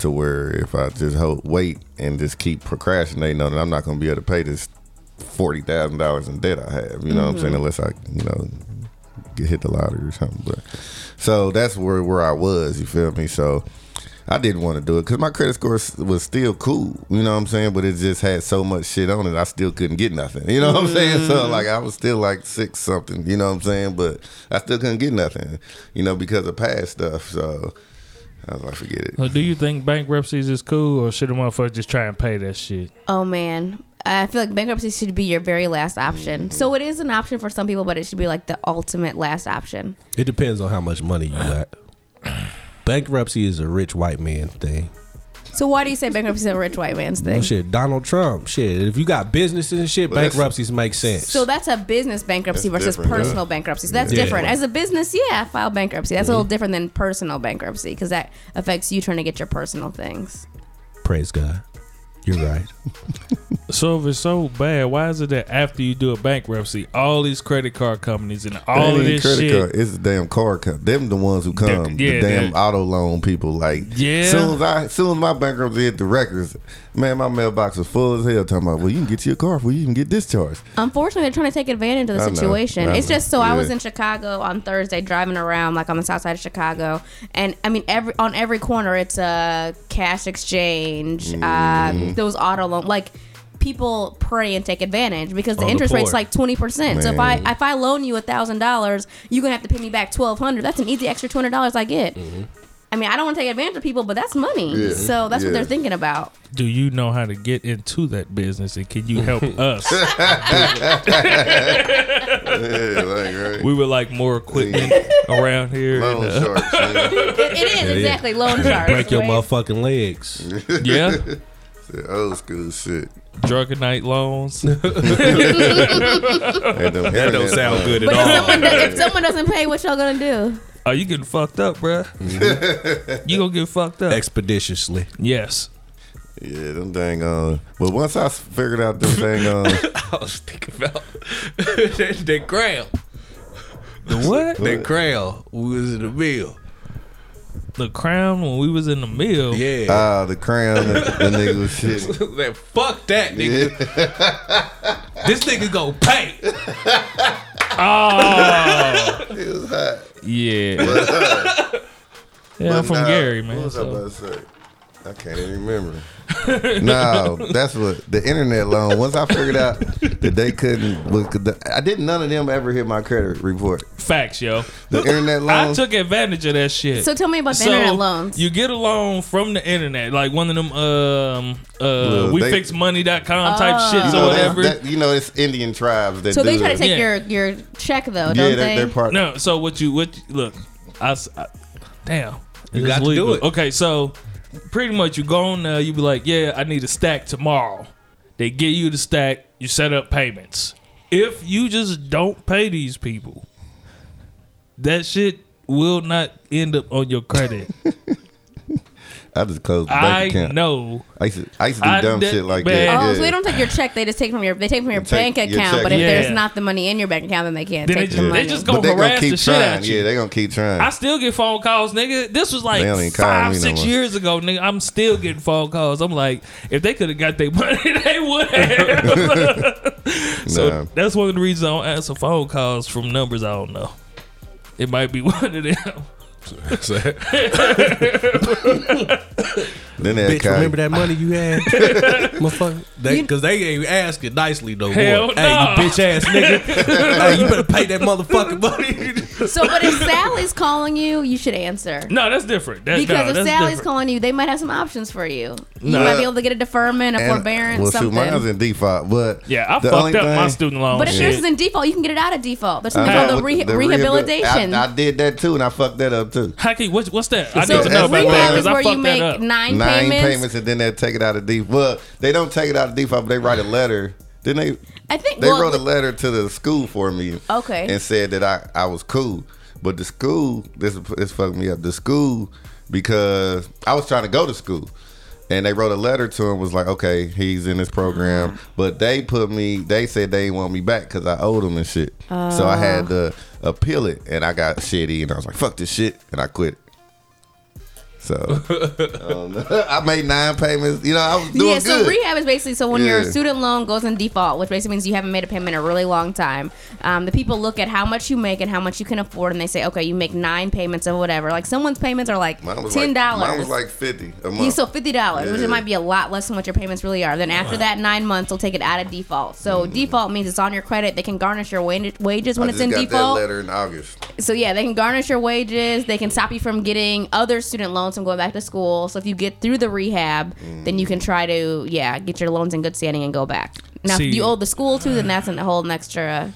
[SPEAKER 5] To where if I just hold, wait and just keep procrastinating on it, I'm not gonna be able to pay this forty thousand dollars in debt I have. You know what I'm
[SPEAKER 4] Mm-hmm.
[SPEAKER 5] saying? Unless I, you know, get hit the lottery or something. But so that's where where I was. You feel me? So I didn't want to do it because my credit score s- was still cool. You know what I'm saying? But it just had so much shit on it. I still couldn't get nothing. You know what I'm saying? So like I was still like six something. You know what I'm saying? But I still couldn't get nothing. You know because of past stuff. So. I was like, forget it.
[SPEAKER 2] So do you think bankruptcies is cool, or should a motherfucker just try and pay that shit?
[SPEAKER 1] Oh man, I feel like bankruptcy should be your very last option. So it is an option for some people, but it should be like the ultimate last option.
[SPEAKER 4] It depends on how much money you got. Bankruptcy is a rich white man thing.
[SPEAKER 1] So why do you say bankruptcy is a rich white man's
[SPEAKER 4] Oh,
[SPEAKER 1] thing?
[SPEAKER 4] shit, Donald Trump. Shit, if you got businesses and shit,
[SPEAKER 5] Well, that's-
[SPEAKER 4] bankruptcies make sense.
[SPEAKER 1] So that's a business bankruptcy
[SPEAKER 5] That's
[SPEAKER 1] versus
[SPEAKER 5] different, yeah.
[SPEAKER 1] personal bankruptcy. So that's
[SPEAKER 4] Yeah. Mm-hmm.
[SPEAKER 1] different. As a business, yeah, file bankruptcy. That's a little different than personal bankruptcy because that affects you trying to get your personal things.
[SPEAKER 4] Praise God. You're right.
[SPEAKER 2] So if it's so bad, why is it that after you do a bankruptcy, all these credit card companies and
[SPEAKER 5] That
[SPEAKER 2] all of
[SPEAKER 5] ain't
[SPEAKER 2] this
[SPEAKER 5] credit
[SPEAKER 2] shit?
[SPEAKER 5] card. It's the damn car company. Them the ones who come.
[SPEAKER 2] yeah,
[SPEAKER 5] the damn
[SPEAKER 2] that-
[SPEAKER 5] auto loan people. Like
[SPEAKER 2] Yeah.
[SPEAKER 5] Soon as I, soon as my bankruptcy hit the records, man, my mailbox was full as hell. Talking about, well, you can get your car before you even get discharged.
[SPEAKER 1] Unfortunately, they're trying to take advantage of the
[SPEAKER 5] I know,
[SPEAKER 1] situation.
[SPEAKER 5] I
[SPEAKER 1] It's
[SPEAKER 5] know,
[SPEAKER 1] just so I was
[SPEAKER 5] yeah.
[SPEAKER 1] in Chicago on Thursday driving around, like on the south side of Chicago, and I mean, every on every corner it's a cash exchange,
[SPEAKER 5] Mm-hmm.
[SPEAKER 1] um, those auto loan, like people pray and take advantage because the
[SPEAKER 4] On the
[SPEAKER 1] interest rate's
[SPEAKER 4] poor.
[SPEAKER 1] like 20% so if i
[SPEAKER 5] Man.
[SPEAKER 1] if i loan you a thousand dollars you're gonna have to pay me back 1200 that's an easy extra 200 dollars i get i mean i don't want to take advantage of people but that's money
[SPEAKER 5] Mm-hmm. Yeah,
[SPEAKER 1] so that's what
[SPEAKER 5] yeah.
[SPEAKER 1] they're thinking about
[SPEAKER 2] Do you know how to get into that business, and can you help us?
[SPEAKER 5] Yeah, like, right?
[SPEAKER 2] We were like more equipment around here. and,
[SPEAKER 5] Long
[SPEAKER 2] uh,
[SPEAKER 5] shorts, nigga.
[SPEAKER 6] It, it is exactly loan sharks.
[SPEAKER 4] Break your
[SPEAKER 6] right?
[SPEAKER 4] motherfucking legs.
[SPEAKER 2] yeah,
[SPEAKER 5] That Old school shit.
[SPEAKER 2] drunken night loans.
[SPEAKER 5] That don't, that
[SPEAKER 4] good
[SPEAKER 1] But if someone, does-
[SPEAKER 5] Yeah.
[SPEAKER 1] if someone doesn't pay, what y'all gonna do?
[SPEAKER 2] Are Oh, you getting fucked up, bruh?
[SPEAKER 4] Mm-hmm.
[SPEAKER 2] you gonna get fucked up?
[SPEAKER 4] Expeditiously.
[SPEAKER 2] yes.
[SPEAKER 5] Yeah, them dang on. But once I s- figured out them dang uh, on,
[SPEAKER 4] I was thinking about that, that crown.
[SPEAKER 2] The what?
[SPEAKER 4] That crown was in the meal.
[SPEAKER 2] the crown when we was in the mill.
[SPEAKER 4] Yeah.
[SPEAKER 5] ah, the crown, the, the nigga was shit.
[SPEAKER 4] That fuck that nigga. This nigga gonna pay.
[SPEAKER 2] Oh. Yeah. yeah, I'm from
[SPEAKER 5] Nah,
[SPEAKER 2] Gary,
[SPEAKER 5] What
[SPEAKER 2] man.
[SPEAKER 5] was I
[SPEAKER 2] so-
[SPEAKER 5] about to say? I can't even remember. no, that's what the internet loan. Once I figured out that they couldn't, was, I didn't. None of them ever hit my credit report.
[SPEAKER 2] Facts, yo.
[SPEAKER 5] The internet
[SPEAKER 2] I
[SPEAKER 5] loan.
[SPEAKER 2] took advantage of that shit.
[SPEAKER 1] So tell me about the internet loans.
[SPEAKER 2] You get a loan from the internet, like one of them um uh
[SPEAKER 5] Well,
[SPEAKER 2] we
[SPEAKER 5] they-
[SPEAKER 2] fix money.com
[SPEAKER 1] Oh.
[SPEAKER 2] type shits
[SPEAKER 5] you
[SPEAKER 2] shit
[SPEAKER 5] know,
[SPEAKER 2] or
[SPEAKER 5] that's-
[SPEAKER 2] whatever.
[SPEAKER 5] that- you know, it's Indian tribes that
[SPEAKER 1] so
[SPEAKER 5] do
[SPEAKER 1] they try
[SPEAKER 5] it.
[SPEAKER 1] to take
[SPEAKER 2] Yeah.
[SPEAKER 1] your your check though,
[SPEAKER 5] yeah,
[SPEAKER 1] don't
[SPEAKER 5] that,
[SPEAKER 1] they?
[SPEAKER 5] they're part.
[SPEAKER 2] no, so what you what you- look, I, s- I- damn. You
[SPEAKER 4] got to do it.
[SPEAKER 2] Okay, so pretty much you go on there, you be like, Yeah, I need a stack tomorrow. They give you the stack, you set up payments. If you just don't pay these people, that shit will not end up on your credit.
[SPEAKER 5] I just closed the bank
[SPEAKER 2] I
[SPEAKER 5] account.
[SPEAKER 2] know.
[SPEAKER 5] I used to, I used to do
[SPEAKER 2] I
[SPEAKER 5] dumb
[SPEAKER 2] did-
[SPEAKER 5] shit like
[SPEAKER 2] man.
[SPEAKER 5] that.
[SPEAKER 1] Oh,
[SPEAKER 5] yeah.
[SPEAKER 1] so they don't take your check; they just take from your they take from your
[SPEAKER 5] They take
[SPEAKER 1] bank
[SPEAKER 5] your
[SPEAKER 1] account.
[SPEAKER 5] check,
[SPEAKER 1] but if
[SPEAKER 2] yeah.
[SPEAKER 1] there's not the money in your bank account, then they can't
[SPEAKER 2] Then
[SPEAKER 1] take
[SPEAKER 2] they
[SPEAKER 1] the
[SPEAKER 2] just-
[SPEAKER 1] money.
[SPEAKER 2] they just go-
[SPEAKER 5] but they gonna
[SPEAKER 2] harass
[SPEAKER 5] keep
[SPEAKER 2] the shit
[SPEAKER 5] trying.
[SPEAKER 2] out you.
[SPEAKER 5] Yeah, they gonna keep trying.
[SPEAKER 2] I still get phone calls, nigga. This was like
[SPEAKER 5] They don't even call
[SPEAKER 2] five,
[SPEAKER 5] me no
[SPEAKER 2] six
[SPEAKER 5] more.
[SPEAKER 2] years ago, nigga. I'm still getting phone calls. I'm like, if they could have got their money, they would have. so
[SPEAKER 5] Nah.
[SPEAKER 2] that's one of the reasons I don't answer phone calls from numbers I don't know. It might be one of them.
[SPEAKER 5] then they
[SPEAKER 4] Bitch,
[SPEAKER 5] call
[SPEAKER 4] remember that money you had? Motherfucker. They, Cause they ain't asking nicely no
[SPEAKER 2] Hell
[SPEAKER 4] more.
[SPEAKER 2] nah.
[SPEAKER 4] Hey, you bitch ass nigga. hey, you better pay that motherfucking money.
[SPEAKER 1] so, but if Sally's calling you, you should answer.
[SPEAKER 2] No, that's different. That,
[SPEAKER 1] Because
[SPEAKER 2] no,
[SPEAKER 1] if
[SPEAKER 2] that's
[SPEAKER 1] Sally's
[SPEAKER 2] different.
[SPEAKER 1] calling you, they might have some options for you. You
[SPEAKER 5] No.
[SPEAKER 1] might be able to get a deferment, a
[SPEAKER 5] And-
[SPEAKER 1] forbearance,
[SPEAKER 5] Well, shoot,
[SPEAKER 1] something.
[SPEAKER 5] mine's in default, but
[SPEAKER 2] yeah, I
[SPEAKER 5] the
[SPEAKER 2] fucked
[SPEAKER 5] only
[SPEAKER 2] up my
[SPEAKER 5] thing-
[SPEAKER 2] student loan.
[SPEAKER 1] but if yours is
[SPEAKER 2] shit. Uh,
[SPEAKER 1] in default, you can get it out of default. There's something
[SPEAKER 5] I-
[SPEAKER 1] called a re-
[SPEAKER 5] the rehabil-
[SPEAKER 1] rehabilitation.
[SPEAKER 5] I, I did that too, and I fucked that up too.
[SPEAKER 2] Hockey, what, what's that? I
[SPEAKER 1] so
[SPEAKER 2] need to know about
[SPEAKER 1] rehab
[SPEAKER 2] that
[SPEAKER 5] mine
[SPEAKER 1] is
[SPEAKER 2] because I
[SPEAKER 1] where you
[SPEAKER 2] fucked that
[SPEAKER 1] make
[SPEAKER 2] up.
[SPEAKER 1] nine,
[SPEAKER 5] Nine
[SPEAKER 1] payments.
[SPEAKER 5] payments, and then they take it out of default. Well, they don't take it out of default, but they write a letter. Then they
[SPEAKER 1] I think
[SPEAKER 5] they
[SPEAKER 1] well,
[SPEAKER 5] wrote a letter to the school for me.
[SPEAKER 1] Okay.
[SPEAKER 5] And said that I, I was cool, but the school this this fucked me up. The school because I was trying to go to school, and they wrote a letter to him was like, okay, he's in this program,
[SPEAKER 1] Uh-huh.
[SPEAKER 5] but they put me. They said they didn't want me back because I owed them and shit. So I
[SPEAKER 1] Uh.
[SPEAKER 5] had to appeal it, and I got shitty, and I was like, fuck this shit, and I quit. So um, I made nine payments. You know, I was doing
[SPEAKER 1] yeah,
[SPEAKER 5] good.
[SPEAKER 1] so rehab is basically so when your
[SPEAKER 5] Yeah.
[SPEAKER 1] student loan goes in default, which basically means you haven't made a payment in a really long time. Um, the people look at how much you make and how much you can afford, and they say, okay, you make nine payments or whatever. Like someone's payments are like
[SPEAKER 5] Mine was
[SPEAKER 1] ten
[SPEAKER 5] Like,
[SPEAKER 1] dollars.
[SPEAKER 5] mine was like fifty a month.
[SPEAKER 1] You so fifty dollars, which
[SPEAKER 5] Yeah.
[SPEAKER 1] it might be a lot less than what your payments really are. Then after that nine months, they'll take it out of default. So default means it's on your credit. They can garnish your wa- wages when
[SPEAKER 5] Mm-hmm. I
[SPEAKER 1] it's
[SPEAKER 5] just
[SPEAKER 1] in
[SPEAKER 5] got that
[SPEAKER 1] default.
[SPEAKER 5] letter in August.
[SPEAKER 1] So yeah, they can garnish your wages. They can stop you from getting other student loans from going back to school. So if you get through the rehab, then you can try to yeah get your loans in good standing and go back. Now
[SPEAKER 2] See-
[SPEAKER 1] if you owe the school too, then that's a whole extra.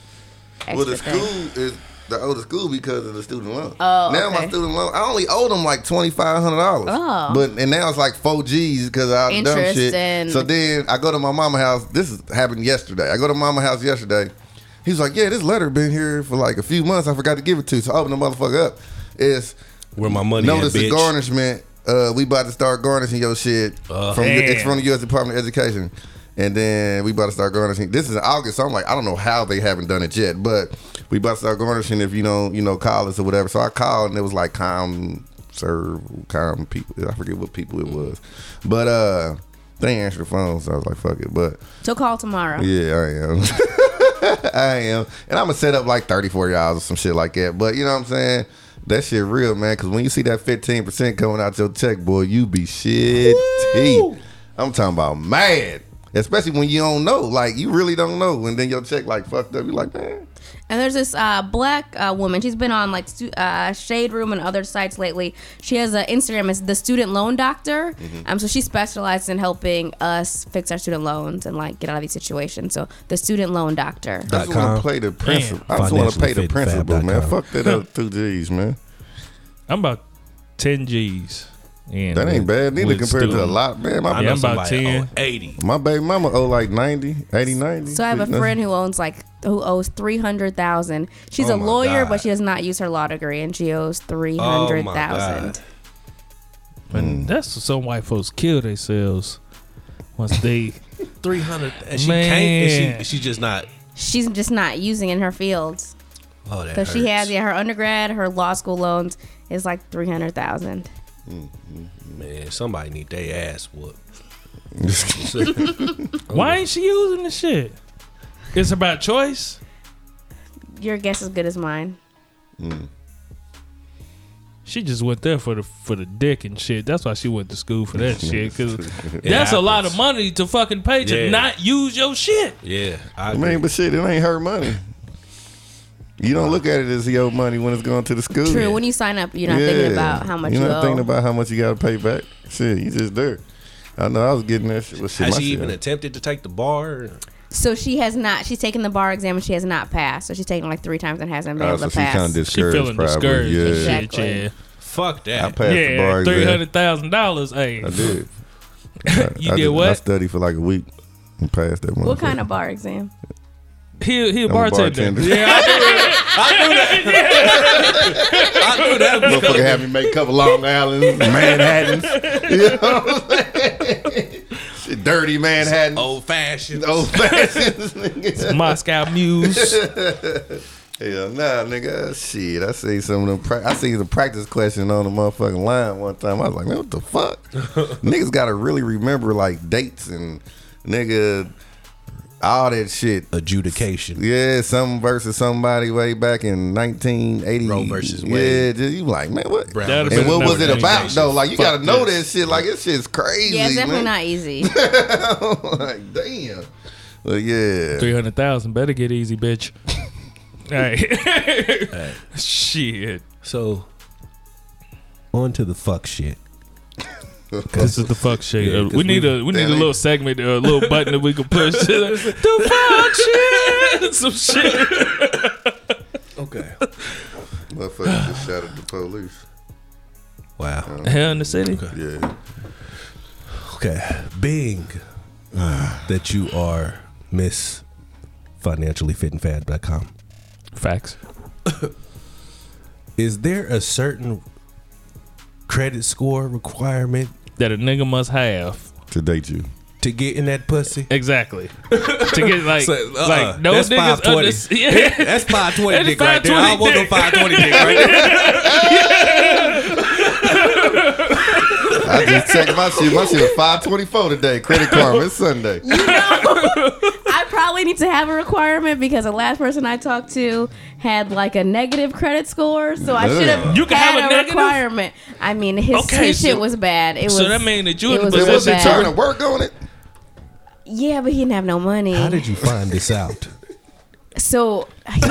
[SPEAKER 1] extra
[SPEAKER 5] Well, the
[SPEAKER 1] thing.
[SPEAKER 5] school is the older school because of the student loan.
[SPEAKER 1] Oh,
[SPEAKER 5] now my
[SPEAKER 1] okay.
[SPEAKER 5] student loan, I only owe them like twenty five hundred dollars.
[SPEAKER 1] Oh.
[SPEAKER 5] but and now it's like four G's because I dumb
[SPEAKER 1] Interest
[SPEAKER 5] shit.
[SPEAKER 1] and-
[SPEAKER 5] So then I go to my mama house. This is, happened yesterday. I go to mama house yesterday. He's like, yeah, this letter been here for like a few months. I forgot to give it to. you." So I open the motherfucker up. It's
[SPEAKER 4] Where my money
[SPEAKER 5] notice
[SPEAKER 4] at, bitch.
[SPEAKER 5] the garnishment. Uh, we about to start garnishing your shit
[SPEAKER 4] Uh,
[SPEAKER 5] from
[SPEAKER 2] Damn.
[SPEAKER 5] it's from the U.S. Department of Education, and then we about to start garnishing. This is in August, so I'm like, I don't know how they haven't done it yet, but we about to start garnishing if you don't, you know, call us or whatever. So I called and it was like calm serve, calm people. I forget what people it was, but uh, they answered the phone, so I was like, fuck it. But
[SPEAKER 1] So call tomorrow.
[SPEAKER 5] yeah, I am. I am. And I'm going to set up like 30, 40 hours or some shit like that. But you know what I'm saying? That shit real, man. Because when you see that 15% coming out your check, boy, you be shitty. I'm talking about mad. Especially when you don't know. Like, you really don't know. And then your check like fucked up. you like, man.
[SPEAKER 1] And there's this uh, black uh, woman. She's been on like stu- uh, Shade Room and other sites lately. She has an Instagram. It's the Student Loan Doctor.
[SPEAKER 5] Mm-hmm.
[SPEAKER 1] Um, so she specializes in helping us fix our student loans and like get out of these situations. So the Student Loan Doctor.
[SPEAKER 5] I just want to play the principal. I just want to pay the principal, man. Fuck that up two G's, man.
[SPEAKER 2] I'm about ten G's. And
[SPEAKER 5] That ain't bad neither compared to a lot, man. My,
[SPEAKER 2] Yeah, I'm about
[SPEAKER 4] somebody
[SPEAKER 2] 10.
[SPEAKER 4] owe 80.
[SPEAKER 5] my baby mama owe like 90, 80, 90.
[SPEAKER 1] So I have a
[SPEAKER 5] That's-
[SPEAKER 1] friend who owns like who owes three hundred thousand. She's
[SPEAKER 4] Oh
[SPEAKER 1] a
[SPEAKER 4] my
[SPEAKER 1] lawyer,
[SPEAKER 4] God.
[SPEAKER 1] but she does not use her law degree, and she owes three
[SPEAKER 4] Oh
[SPEAKER 1] hundred
[SPEAKER 4] my
[SPEAKER 1] thousand.
[SPEAKER 4] God.
[SPEAKER 5] Mm.
[SPEAKER 2] And that's what some white folks kill themselves once they.
[SPEAKER 4] 300 and she
[SPEAKER 2] Man.
[SPEAKER 4] can't and she, she just not
[SPEAKER 1] She's just not using in her fields.
[SPEAKER 4] oh that
[SPEAKER 1] So she has
[SPEAKER 4] hurts.
[SPEAKER 1] yeah her undergrad, her law school loans is like three hundred thousand.
[SPEAKER 4] man somebody need their ass whooped
[SPEAKER 2] Why ain't she using the shit? It's about choice.
[SPEAKER 1] Your guess is good as mine.
[SPEAKER 2] She just went there for the for the dick and shit. That's why she went to school for that shit. Cause that's a lot of
[SPEAKER 4] happens.
[SPEAKER 2] money to fucking pay to
[SPEAKER 4] Yeah.
[SPEAKER 2] not use your shit.
[SPEAKER 4] yeah I
[SPEAKER 5] I
[SPEAKER 4] agree.
[SPEAKER 5] mean, but shit, it ain't her money. You don't look at it as your money when it's going to the school.
[SPEAKER 1] True. When you sign up, you're not thinking about how much
[SPEAKER 5] You're
[SPEAKER 1] you
[SPEAKER 5] not
[SPEAKER 1] owe.
[SPEAKER 5] thinking about how much you got to pay back. Shit, you just there. I know I was getting that shit. Well, shit
[SPEAKER 4] has
[SPEAKER 5] my
[SPEAKER 4] she
[SPEAKER 5] shit-
[SPEAKER 4] even attempted to take the bar
[SPEAKER 1] so she has not. She's taken the bar exam and she has not passed. So she's taken like three times and hasn't been
[SPEAKER 5] Oh,
[SPEAKER 1] able
[SPEAKER 5] so
[SPEAKER 1] to
[SPEAKER 5] she kind
[SPEAKER 1] pass.
[SPEAKER 5] of
[SPEAKER 2] She
[SPEAKER 5] discouraged,
[SPEAKER 2] feeling
[SPEAKER 5] probably.
[SPEAKER 2] discouraged.
[SPEAKER 5] Yeah,
[SPEAKER 2] and shit,
[SPEAKER 1] Exactly.
[SPEAKER 2] yeah.
[SPEAKER 4] fuck
[SPEAKER 5] I
[SPEAKER 4] that
[SPEAKER 5] passed the bar
[SPEAKER 2] Yeah,
[SPEAKER 5] exam.
[SPEAKER 2] three hundred thousand dollars. Hey,
[SPEAKER 5] I did.
[SPEAKER 2] you
[SPEAKER 5] I
[SPEAKER 2] did
[SPEAKER 5] just- I
[SPEAKER 2] what?
[SPEAKER 5] studied for like a week and passed that one.
[SPEAKER 1] what kind of bar exam?
[SPEAKER 2] He he a
[SPEAKER 5] I'm a
[SPEAKER 2] bartender.
[SPEAKER 5] bartender.
[SPEAKER 2] Yeah, I do.
[SPEAKER 4] I knew that was
[SPEAKER 5] Motherfucker had me make a couple Long Islands, Manhattans. You know what I'm saying? Dirty Manhattan. Old,
[SPEAKER 4] old fashioned
[SPEAKER 5] old fashions, nigga.
[SPEAKER 2] Moscow Muse.
[SPEAKER 5] Hell nah, nigga. Shit, I seen some of them. Pra- I seen the practice question on the motherfucking line one time. I was like, man, what the fuck? Niggas gotta really remember like dates and nigga, all that shit.
[SPEAKER 4] adjudication
[SPEAKER 5] Yeah, some versus somebody way back in 1980.
[SPEAKER 4] Roe versus
[SPEAKER 5] Yeah,
[SPEAKER 4] Wade.
[SPEAKER 5] just, you like, man, what?
[SPEAKER 4] Brown
[SPEAKER 2] That'd
[SPEAKER 5] And
[SPEAKER 2] been
[SPEAKER 5] what was
[SPEAKER 2] another
[SPEAKER 5] it
[SPEAKER 2] thing.
[SPEAKER 5] about though? Like you
[SPEAKER 2] Fuck
[SPEAKER 5] gotta know
[SPEAKER 2] this.
[SPEAKER 5] that shit. Like this shit's crazy.
[SPEAKER 1] Yeah, it's definitely
[SPEAKER 5] man.
[SPEAKER 1] not easy.
[SPEAKER 5] like damn. But yeah,
[SPEAKER 2] Three hundred thousand better get easy, bitch. hey. shit.
[SPEAKER 4] so on to the fuck shit
[SPEAKER 2] This is the fuck shit.
[SPEAKER 4] Yeah,
[SPEAKER 2] Uh,
[SPEAKER 4] 'cause
[SPEAKER 2] we need
[SPEAKER 4] we-
[SPEAKER 2] a we need a
[SPEAKER 5] Damn it.
[SPEAKER 2] little segment or a little button that we can push. the fuck shit. Some shit.
[SPEAKER 4] okay
[SPEAKER 5] motherfucker just shot at the police.
[SPEAKER 4] wow
[SPEAKER 2] Hell in the city.
[SPEAKER 5] Yeah,
[SPEAKER 4] okay being that you are miss financially fit and fab.com
[SPEAKER 2] Facts.
[SPEAKER 4] is there a certain credit score requirement
[SPEAKER 2] That a nigga must have.
[SPEAKER 5] to date you.
[SPEAKER 4] to get in that pussy?
[SPEAKER 2] Exactly. to get like
[SPEAKER 4] So, uh-uh,
[SPEAKER 2] like no
[SPEAKER 4] that's
[SPEAKER 2] niggas
[SPEAKER 4] 520.
[SPEAKER 2] under- yeah.
[SPEAKER 4] That's 520
[SPEAKER 2] That's
[SPEAKER 4] dick right there. I don't want no 520 dick right there.
[SPEAKER 5] I just checked my shit. My shit was five twenty four today. Credit Karma. It's Sunday.
[SPEAKER 1] I probably need to have a requirement because the last person I talked to had like a negative credit score, so I should have
[SPEAKER 2] You can
[SPEAKER 1] had
[SPEAKER 2] have a
[SPEAKER 1] a,
[SPEAKER 2] negative?
[SPEAKER 1] requirement. I mean, his,
[SPEAKER 2] Okay,
[SPEAKER 1] his shit
[SPEAKER 2] so-
[SPEAKER 1] was bad. It was
[SPEAKER 2] So that mean that you
[SPEAKER 1] it
[SPEAKER 2] in the
[SPEAKER 1] was
[SPEAKER 5] It
[SPEAKER 1] so
[SPEAKER 5] wasn't
[SPEAKER 1] bad.
[SPEAKER 5] trying to work on it.
[SPEAKER 1] yeah, but he didn't have no money.
[SPEAKER 4] How did you find this out?
[SPEAKER 1] so he, he-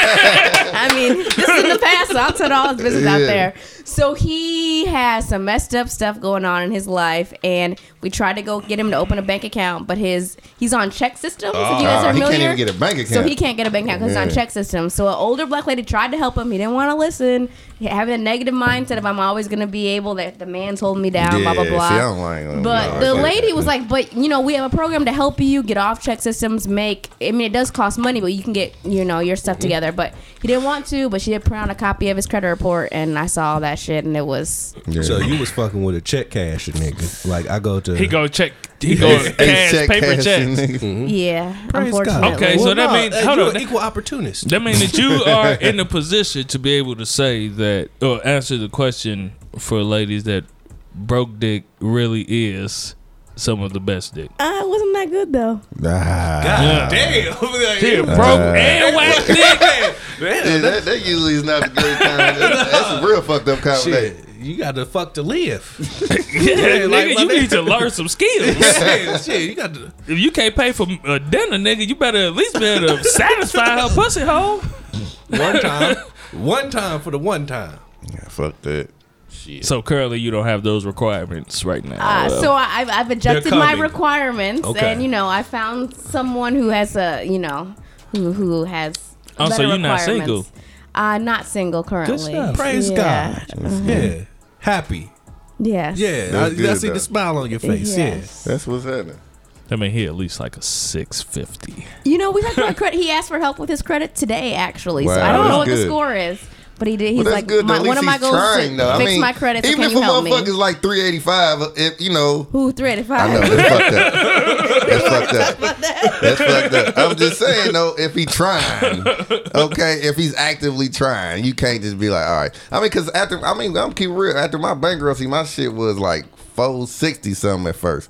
[SPEAKER 1] I mean, this is in the past. So I'll tell all his business out
[SPEAKER 5] Yeah.
[SPEAKER 1] there. So he has some messed up stuff going on in his life, and we tried to go get him to open a bank account, but his he's on check systems. if you guys
[SPEAKER 5] Ah,
[SPEAKER 1] are
[SPEAKER 5] he
[SPEAKER 1] familiar,
[SPEAKER 5] can't even get a bank account.
[SPEAKER 1] So he can't get a bank account because it's
[SPEAKER 5] Yeah.
[SPEAKER 1] on check system. So an older black lady tried to help him. He didn't want to listen. He- Having a negative mindset of I'm always gonna be able that the man's holding me down. blah blah
[SPEAKER 5] Yeah,
[SPEAKER 1] blah.
[SPEAKER 5] see, I don't like- I don't
[SPEAKER 1] but
[SPEAKER 5] like
[SPEAKER 1] the
[SPEAKER 5] that.
[SPEAKER 1] lady was like, but you know, we have a program to help you get off check systems. Make I mean, it does cost money, but you can get you know your stuff together. But he didn't want to. But she did print out a copy of his credit report, and I saw all that shit, and it was
[SPEAKER 5] Yeah.
[SPEAKER 4] So you was fucking with a check casher nigga. Like I go to
[SPEAKER 2] He go check. He go cash paper
[SPEAKER 5] cash,
[SPEAKER 2] checks.
[SPEAKER 4] Mm-hmm.
[SPEAKER 5] nigga.
[SPEAKER 1] yeah,
[SPEAKER 4] Praise God.
[SPEAKER 1] unfortunately.
[SPEAKER 2] Okay, so that means-
[SPEAKER 4] hey,
[SPEAKER 2] hold
[SPEAKER 4] uh, you
[SPEAKER 2] on.
[SPEAKER 4] an equal opportunist.
[SPEAKER 2] That means that you are in a position to be able to say that or answer the question for ladies that broke dick really is some of the best dick.
[SPEAKER 1] Uh, it wasn't that good though.
[SPEAKER 5] Ah.
[SPEAKER 4] God damn. Like,
[SPEAKER 2] Yeah, broke and whack dick.
[SPEAKER 5] Yeah, that, that usually is not a good time. That's a real fucked up
[SPEAKER 4] Shit.
[SPEAKER 5] conversation.
[SPEAKER 4] you got to fuck to live.
[SPEAKER 2] Yeah,
[SPEAKER 4] like,
[SPEAKER 2] nigga,
[SPEAKER 4] my
[SPEAKER 2] you
[SPEAKER 4] nigga.
[SPEAKER 2] need to learn some skills.
[SPEAKER 4] Yeah, shit, you got to.
[SPEAKER 2] if you can't pay for uh, dinner, nigga, you better at least be able to satisfy her pussy hole.
[SPEAKER 4] One time, one time for the one time.
[SPEAKER 5] Yeah, fuck that.
[SPEAKER 2] So currently, you don't have those requirements right now.
[SPEAKER 1] Uh, so I, I've, I've adjusted
[SPEAKER 4] They're
[SPEAKER 1] my
[SPEAKER 4] coming.
[SPEAKER 1] requirements,
[SPEAKER 4] Okay.
[SPEAKER 1] and you know, I found someone who has a, you know, who who has.
[SPEAKER 2] Oh, so
[SPEAKER 1] better
[SPEAKER 2] you're not
[SPEAKER 1] requirements.
[SPEAKER 2] single.
[SPEAKER 1] Uh, not single currently.
[SPEAKER 2] stuff.
[SPEAKER 4] Praise
[SPEAKER 1] Yeah. Uh-huh.
[SPEAKER 4] God. Yeah. Happy.
[SPEAKER 1] Yes.
[SPEAKER 4] Yeah. I,
[SPEAKER 5] That's good,
[SPEAKER 4] I see
[SPEAKER 5] though.
[SPEAKER 4] the smile on your face. Yeah.
[SPEAKER 1] Yes.
[SPEAKER 5] That's what's happening.
[SPEAKER 2] I mean, he at least like a six fifty.
[SPEAKER 1] You know, we talked about credit. He asked for help with his credit today, actually. so
[SPEAKER 5] Wow,
[SPEAKER 1] I don't know
[SPEAKER 5] that's
[SPEAKER 1] what the
[SPEAKER 5] good.
[SPEAKER 1] score is, but he did. He's
[SPEAKER 5] Well, that's
[SPEAKER 1] like,
[SPEAKER 5] good. though.
[SPEAKER 1] my,
[SPEAKER 5] At
[SPEAKER 1] one
[SPEAKER 5] least
[SPEAKER 1] of my
[SPEAKER 5] he's
[SPEAKER 1] goals is
[SPEAKER 5] trying,
[SPEAKER 1] to
[SPEAKER 5] though. I
[SPEAKER 1] fix
[SPEAKER 5] mean,
[SPEAKER 1] my credit. So
[SPEAKER 5] even
[SPEAKER 1] can
[SPEAKER 5] if
[SPEAKER 1] you
[SPEAKER 5] a
[SPEAKER 1] help me?
[SPEAKER 5] motherfucker's like three eighty five, if you know,
[SPEAKER 1] Who three to
[SPEAKER 5] I know
[SPEAKER 1] five?
[SPEAKER 5] that's fucked up. That's fucked up. That's fucked up. I'm just saying though, if he trying, okay, if he's actively trying, you can't just be like, all right. I mean, because after I mean, I'm keep real. After my bankruptcy, my shit was like four sixty something at first.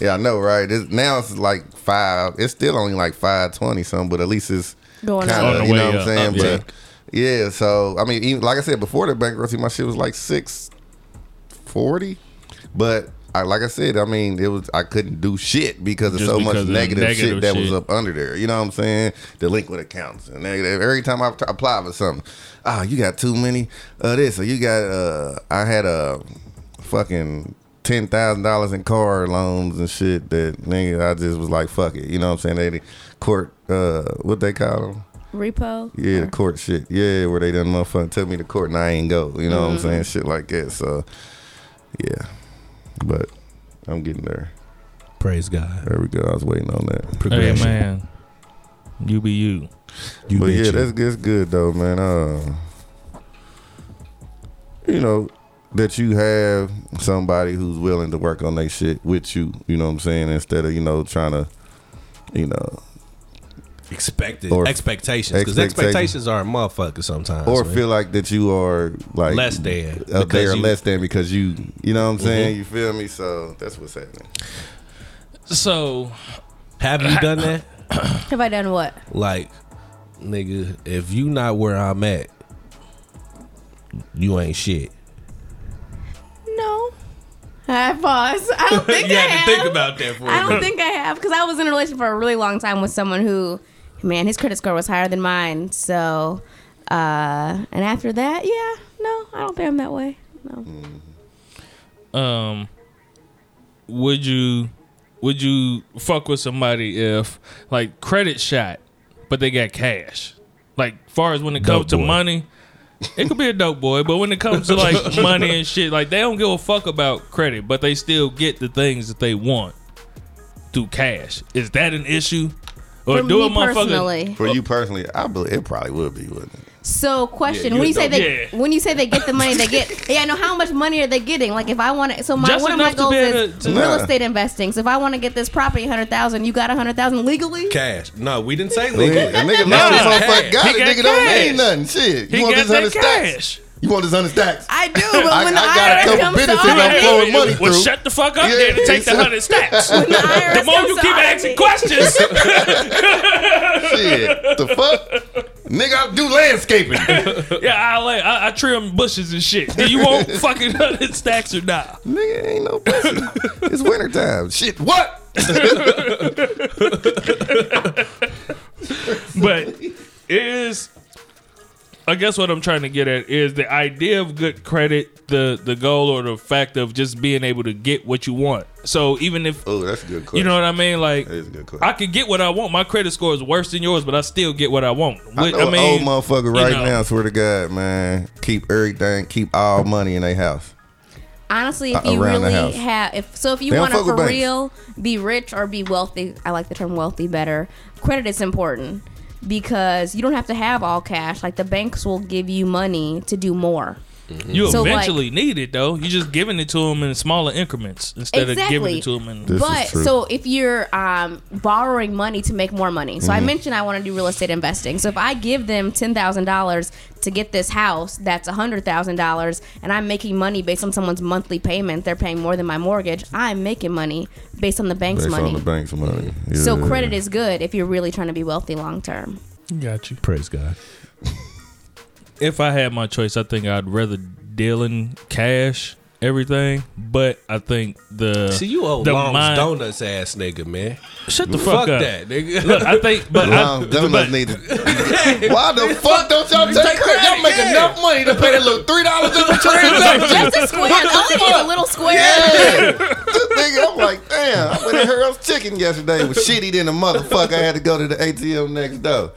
[SPEAKER 5] Yeah, I know, right? It's, now it's like five. It's still only like five twenty something, but at least it's
[SPEAKER 1] Going
[SPEAKER 5] kinda,
[SPEAKER 2] up. On the
[SPEAKER 5] You
[SPEAKER 2] way
[SPEAKER 5] know what I'm
[SPEAKER 2] up,
[SPEAKER 5] saying?
[SPEAKER 2] up,
[SPEAKER 5] but,
[SPEAKER 2] yeah.
[SPEAKER 5] yeah, so I mean, even, like I said before the bankruptcy, my shit was like six forty, but I like I said, I mean, it was I couldn't do shit because of
[SPEAKER 2] Just
[SPEAKER 5] so
[SPEAKER 2] because
[SPEAKER 5] much
[SPEAKER 2] of the
[SPEAKER 5] negative,
[SPEAKER 2] negative
[SPEAKER 5] shit that was
[SPEAKER 2] shit.
[SPEAKER 5] up under there. You know what I'm saying? Delinquent accounts and negative. Every time I t- apply for something, ah, you got too many of this, or you got uh, I had a fucking. Ten thousand dollars in car loans and shit. That nigga, I just was like, fuck it. You know what I'm saying? They didn't- court, uh, what they call them?
[SPEAKER 1] Repo.
[SPEAKER 5] Yeah, the court shit. Yeah, where they done motherfucking took me to court and I ain't go. You know what I'm saying? Shit like that. So, yeah. But I'm getting there.
[SPEAKER 4] Praise God.
[SPEAKER 5] There we go. I was waiting on that.
[SPEAKER 2] Hey
[SPEAKER 4] Progression.
[SPEAKER 2] man, you be you.
[SPEAKER 4] You
[SPEAKER 5] but
[SPEAKER 4] bet
[SPEAKER 5] yeah,
[SPEAKER 4] you.
[SPEAKER 5] that's that's good though, man. Uh, you know that you have somebody who's willing to work on their shit with you. You know what I'm saying? Instead of you know trying to, you know,
[SPEAKER 4] expected
[SPEAKER 5] Or-
[SPEAKER 4] expectations because
[SPEAKER 5] Expectation.
[SPEAKER 4] expectations are a motherfucker sometimes.
[SPEAKER 5] or
[SPEAKER 4] man.
[SPEAKER 5] feel like that you are like
[SPEAKER 4] less than
[SPEAKER 5] Uh, they
[SPEAKER 4] because
[SPEAKER 5] are
[SPEAKER 4] you- Mm-hmm.
[SPEAKER 5] less than because you, you know what I'm saying? You feel me? So that's what's happening.
[SPEAKER 2] So
[SPEAKER 4] Have you done that?
[SPEAKER 1] Have I done what?
[SPEAKER 4] Like, nigga, if you not where I'm at, you ain't shit.
[SPEAKER 1] No. I pause. I don't think I have.
[SPEAKER 4] about that for
[SPEAKER 1] I don't think I have because I was in a relationship for a really long time with someone who, man, his credit score was higher than mine. So, uh, and after that, yeah, no, I don't think I'm that way. No.
[SPEAKER 2] um would you would you fuck with somebody if like credit shot but they got cash like far as when it comes
[SPEAKER 4] Dope
[SPEAKER 2] to
[SPEAKER 4] boy.
[SPEAKER 2] money it could be a dope boy but when it comes to like money and shit like they don't give a fuck about credit but they still get the things that they want through cash is that an issue or
[SPEAKER 1] For me personally.
[SPEAKER 5] For you personally, I believe it probably would be, wouldn't it?
[SPEAKER 1] So, question:
[SPEAKER 4] you
[SPEAKER 1] When you say
[SPEAKER 4] don't-
[SPEAKER 1] they,
[SPEAKER 2] yeah.
[SPEAKER 1] when you say they get the money, they get. Yeah, I know how much money are they getting? Like, if I want to, so my
[SPEAKER 2] Just
[SPEAKER 1] one of my
[SPEAKER 2] enough to
[SPEAKER 1] goals
[SPEAKER 2] be
[SPEAKER 1] is
[SPEAKER 2] able to-
[SPEAKER 1] real
[SPEAKER 5] Nah.
[SPEAKER 1] estate investing. So, if I want to get this property, hundred thousand, you got a hundred thousand legally.
[SPEAKER 4] cash. No, we didn't say
[SPEAKER 5] Nigga,
[SPEAKER 4] legal.
[SPEAKER 5] a nigga know this
[SPEAKER 2] Nah.
[SPEAKER 5] motherfucker got
[SPEAKER 2] He
[SPEAKER 5] it.
[SPEAKER 2] got
[SPEAKER 5] Nigga don't
[SPEAKER 2] cash.
[SPEAKER 5] mean nothing. Shit. You
[SPEAKER 2] he
[SPEAKER 5] want
[SPEAKER 2] got
[SPEAKER 5] this
[SPEAKER 2] that
[SPEAKER 5] hundred
[SPEAKER 2] cash
[SPEAKER 5] stacks? You want this hundred stacks?
[SPEAKER 1] I do, but
[SPEAKER 5] I-
[SPEAKER 1] when
[SPEAKER 5] I got a
[SPEAKER 1] the IRS
[SPEAKER 5] couple
[SPEAKER 1] comes to
[SPEAKER 5] businesses
[SPEAKER 1] audit
[SPEAKER 5] I'm
[SPEAKER 1] me-
[SPEAKER 5] throwing money
[SPEAKER 2] well
[SPEAKER 5] through.
[SPEAKER 2] shut the fuck up
[SPEAKER 5] Yeah,
[SPEAKER 2] then and take the
[SPEAKER 5] it's-
[SPEAKER 2] hundred stacks
[SPEAKER 1] when the IRS
[SPEAKER 2] the more
[SPEAKER 1] comes
[SPEAKER 2] you
[SPEAKER 1] to
[SPEAKER 2] keep
[SPEAKER 1] audit
[SPEAKER 2] asking
[SPEAKER 1] me-
[SPEAKER 2] questions
[SPEAKER 5] Shit. The fuck? nigga, I do landscaping.
[SPEAKER 2] Yeah, I like I, I trim bushes and shit. Do you want fucking hundred stacks or not?
[SPEAKER 5] nigga, ain't no pussy. It's wintertime. Shit. What?
[SPEAKER 2] But it is I guess what I'm trying to get at is the idea of good credit, the the goal or the fact of just being able to get what you want. So even if
[SPEAKER 5] Oh, that's a good question.
[SPEAKER 2] you know what I mean, like
[SPEAKER 5] That is a good question.
[SPEAKER 2] I could get what I want. My credit score is worse than yours, but I still get what I want.
[SPEAKER 5] I
[SPEAKER 2] Which-
[SPEAKER 5] know an old motherfucker
[SPEAKER 2] you
[SPEAKER 5] right
[SPEAKER 2] know.
[SPEAKER 5] now, swear to God, man. Keep everything, keep all money in their house.
[SPEAKER 1] Honestly, if
[SPEAKER 5] Uh,
[SPEAKER 1] you
[SPEAKER 5] around the
[SPEAKER 1] really
[SPEAKER 5] house.
[SPEAKER 1] have, if so, if you
[SPEAKER 5] They don't
[SPEAKER 1] want to
[SPEAKER 5] fuck with
[SPEAKER 1] for
[SPEAKER 5] banks.
[SPEAKER 1] real be rich or be wealthy, I like the term wealthy better. Credit is important because you don't have to have all cash. Like the banks will give you money to do more.
[SPEAKER 2] you
[SPEAKER 1] So, like-
[SPEAKER 2] eventually need it though. You're just giving it to them in smaller increments instead of giving it to them in
[SPEAKER 5] This is
[SPEAKER 1] but
[SPEAKER 5] true.
[SPEAKER 1] so if you're um, borrowing money to make more money, so
[SPEAKER 5] Mm-hmm.
[SPEAKER 1] I mentioned I want to do real estate investing. So if I give them ten thousand dollars to get this house that's a hundred thousand dollars, and I'm making money based on someone's monthly payment, they're paying more than my mortgage. I'm making money based on the bank's
[SPEAKER 5] Based
[SPEAKER 1] money.
[SPEAKER 5] on the bank's money.
[SPEAKER 1] So
[SPEAKER 5] Yeah.
[SPEAKER 1] credit is good if you're really trying to be wealthy long term.
[SPEAKER 2] Got you.
[SPEAKER 4] Praise God.
[SPEAKER 2] if I had my choice, I think I'd rather dealing cash, everything. But I think the
[SPEAKER 4] See, you old
[SPEAKER 2] the
[SPEAKER 4] Long's
[SPEAKER 2] mind-
[SPEAKER 4] Donuts ass nigga, man.
[SPEAKER 2] shut the fuck, up.
[SPEAKER 4] that, nigga.
[SPEAKER 2] Look, I think, but I,
[SPEAKER 5] Long donuts
[SPEAKER 2] but-
[SPEAKER 5] need to. Why the fuck don't y'all take credit? Y'all make
[SPEAKER 4] yeah.
[SPEAKER 5] enough money to pay that little three dollars in the transaction.
[SPEAKER 1] Just a square. All you need is a little square.
[SPEAKER 5] Yeah, this nigga, I'm like, damn. I went to Harold's Chicken yesterday. Was shitty than a motherfucker. I had to go to the ATM next door.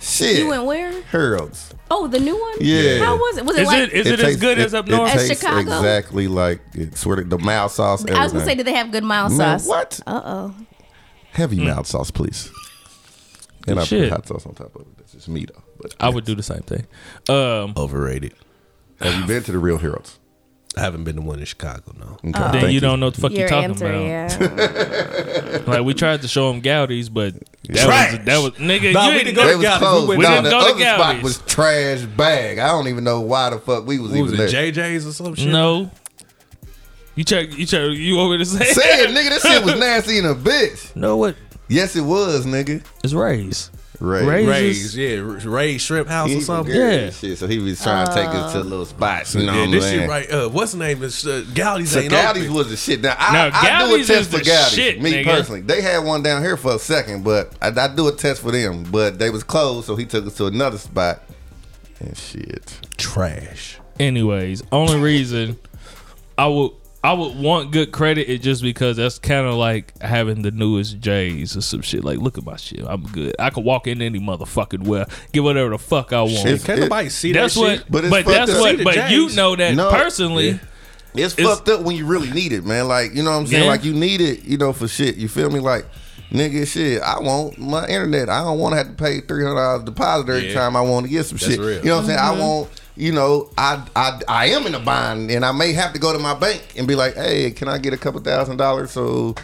[SPEAKER 5] Shit.
[SPEAKER 1] You went where?
[SPEAKER 5] Harold's.
[SPEAKER 1] Oh, the new one.
[SPEAKER 5] Yeah.
[SPEAKER 1] How was it? Was it
[SPEAKER 2] is
[SPEAKER 1] like?
[SPEAKER 2] it is it, as
[SPEAKER 5] tastes-
[SPEAKER 2] good as up north?
[SPEAKER 5] It
[SPEAKER 1] As
[SPEAKER 5] tastes
[SPEAKER 1] Chicago?
[SPEAKER 5] exactly like it, swear to the mild sauce. Everything.
[SPEAKER 1] I was gonna say, did they have good mild
[SPEAKER 5] Man,
[SPEAKER 1] sauce?
[SPEAKER 5] what
[SPEAKER 1] Uh oh.
[SPEAKER 5] heavy mild sauce, please? And I put
[SPEAKER 2] Hmm. Shit.
[SPEAKER 5] hot sauce on top of it. That's just me though. But
[SPEAKER 2] I would do the same thing. Um,
[SPEAKER 4] Overrated.
[SPEAKER 5] have you been to the real Harold's?
[SPEAKER 4] I haven't been to one in Chicago, no.
[SPEAKER 1] Oh.
[SPEAKER 5] Okay,
[SPEAKER 2] then
[SPEAKER 5] thank
[SPEAKER 2] you, don't know what the fuck you're
[SPEAKER 1] Your
[SPEAKER 2] talking
[SPEAKER 1] answer,
[SPEAKER 2] about.
[SPEAKER 1] yeah.
[SPEAKER 2] Like we tried to show him Gowdy's, but that
[SPEAKER 4] Trash.
[SPEAKER 2] was that was nigga.
[SPEAKER 4] Nah,
[SPEAKER 2] you
[SPEAKER 4] we
[SPEAKER 2] ain't
[SPEAKER 4] didn't
[SPEAKER 2] know-
[SPEAKER 4] go
[SPEAKER 5] They
[SPEAKER 4] to
[SPEAKER 5] was
[SPEAKER 4] Gowdy's. We
[SPEAKER 5] closed.
[SPEAKER 4] went
[SPEAKER 5] Nah,
[SPEAKER 2] down
[SPEAKER 5] the
[SPEAKER 2] to-
[SPEAKER 5] other
[SPEAKER 2] We didn't go to
[SPEAKER 5] spot
[SPEAKER 2] Gowdy's.
[SPEAKER 5] was trash bag. I don't even know why the fuck we was
[SPEAKER 4] What was
[SPEAKER 5] even
[SPEAKER 4] it,
[SPEAKER 5] there.
[SPEAKER 4] JJ's or some shit?
[SPEAKER 2] No. You check. You check. You over to say?
[SPEAKER 5] Say it, nigga. That shit was nasty in a bitch.
[SPEAKER 2] No, what?
[SPEAKER 5] Yes, it was, nigga.
[SPEAKER 2] It's Ray's.
[SPEAKER 5] Right.
[SPEAKER 2] Ray-
[SPEAKER 4] Ray's, yeah, Ray's Shrimp House
[SPEAKER 5] He
[SPEAKER 4] or
[SPEAKER 5] was
[SPEAKER 4] something.
[SPEAKER 5] scary
[SPEAKER 2] Yeah. Uh,
[SPEAKER 5] as Shit. So he was trying to take us to little spots. You know
[SPEAKER 4] Yeah,
[SPEAKER 5] what I'm
[SPEAKER 4] this shit
[SPEAKER 5] saying?
[SPEAKER 4] right. Uh, what's the name? This uh, Gowdy's
[SPEAKER 5] So
[SPEAKER 4] ain't
[SPEAKER 5] Gowdy's
[SPEAKER 4] open.
[SPEAKER 5] was the shit. Now, I,
[SPEAKER 2] Now,
[SPEAKER 5] I do a
[SPEAKER 2] Gowdy's
[SPEAKER 5] test
[SPEAKER 2] is
[SPEAKER 5] for
[SPEAKER 2] the
[SPEAKER 5] Gowdy's.
[SPEAKER 2] shit,
[SPEAKER 5] me
[SPEAKER 2] nigga.
[SPEAKER 5] personally, they had one down here for a second, but I, I do a test for them. But they was closed, so he took us to another spot. And shit,
[SPEAKER 4] trash.
[SPEAKER 2] Anyways, only reason I would I would want good credit is just because that's kind of like having the newest J's or some shit. Like, look at my shit. I'm good. I could walk in any motherfucking well, get whatever the fuck I want.
[SPEAKER 5] It's-
[SPEAKER 4] Can't
[SPEAKER 5] it-
[SPEAKER 4] nobody see
[SPEAKER 2] that's
[SPEAKER 4] that
[SPEAKER 2] what.
[SPEAKER 4] shit?
[SPEAKER 5] But
[SPEAKER 2] But,
[SPEAKER 5] it's fucked
[SPEAKER 2] that's
[SPEAKER 5] up.
[SPEAKER 2] what.
[SPEAKER 4] See the
[SPEAKER 2] But you
[SPEAKER 4] J's.
[SPEAKER 2] know that
[SPEAKER 5] No.
[SPEAKER 2] personally.
[SPEAKER 5] Yeah. it's,
[SPEAKER 2] It's-
[SPEAKER 5] fucked up when you really need it, man. Like you know what I'm saying?
[SPEAKER 2] Yeah.
[SPEAKER 5] Like you need it, you know, for shit. You feel me? Like nigga, shit. I want my internet. I don't want to have to pay three hundred dollars deposit every
[SPEAKER 4] Yeah.
[SPEAKER 5] time I want to get some
[SPEAKER 4] That's
[SPEAKER 5] shit.
[SPEAKER 4] real.
[SPEAKER 5] You know what I'm saying? I want. You know, I, I I am in a bind, and I may have to go to my bank and be like, "Hey, can I get a couple thousand dollars?" So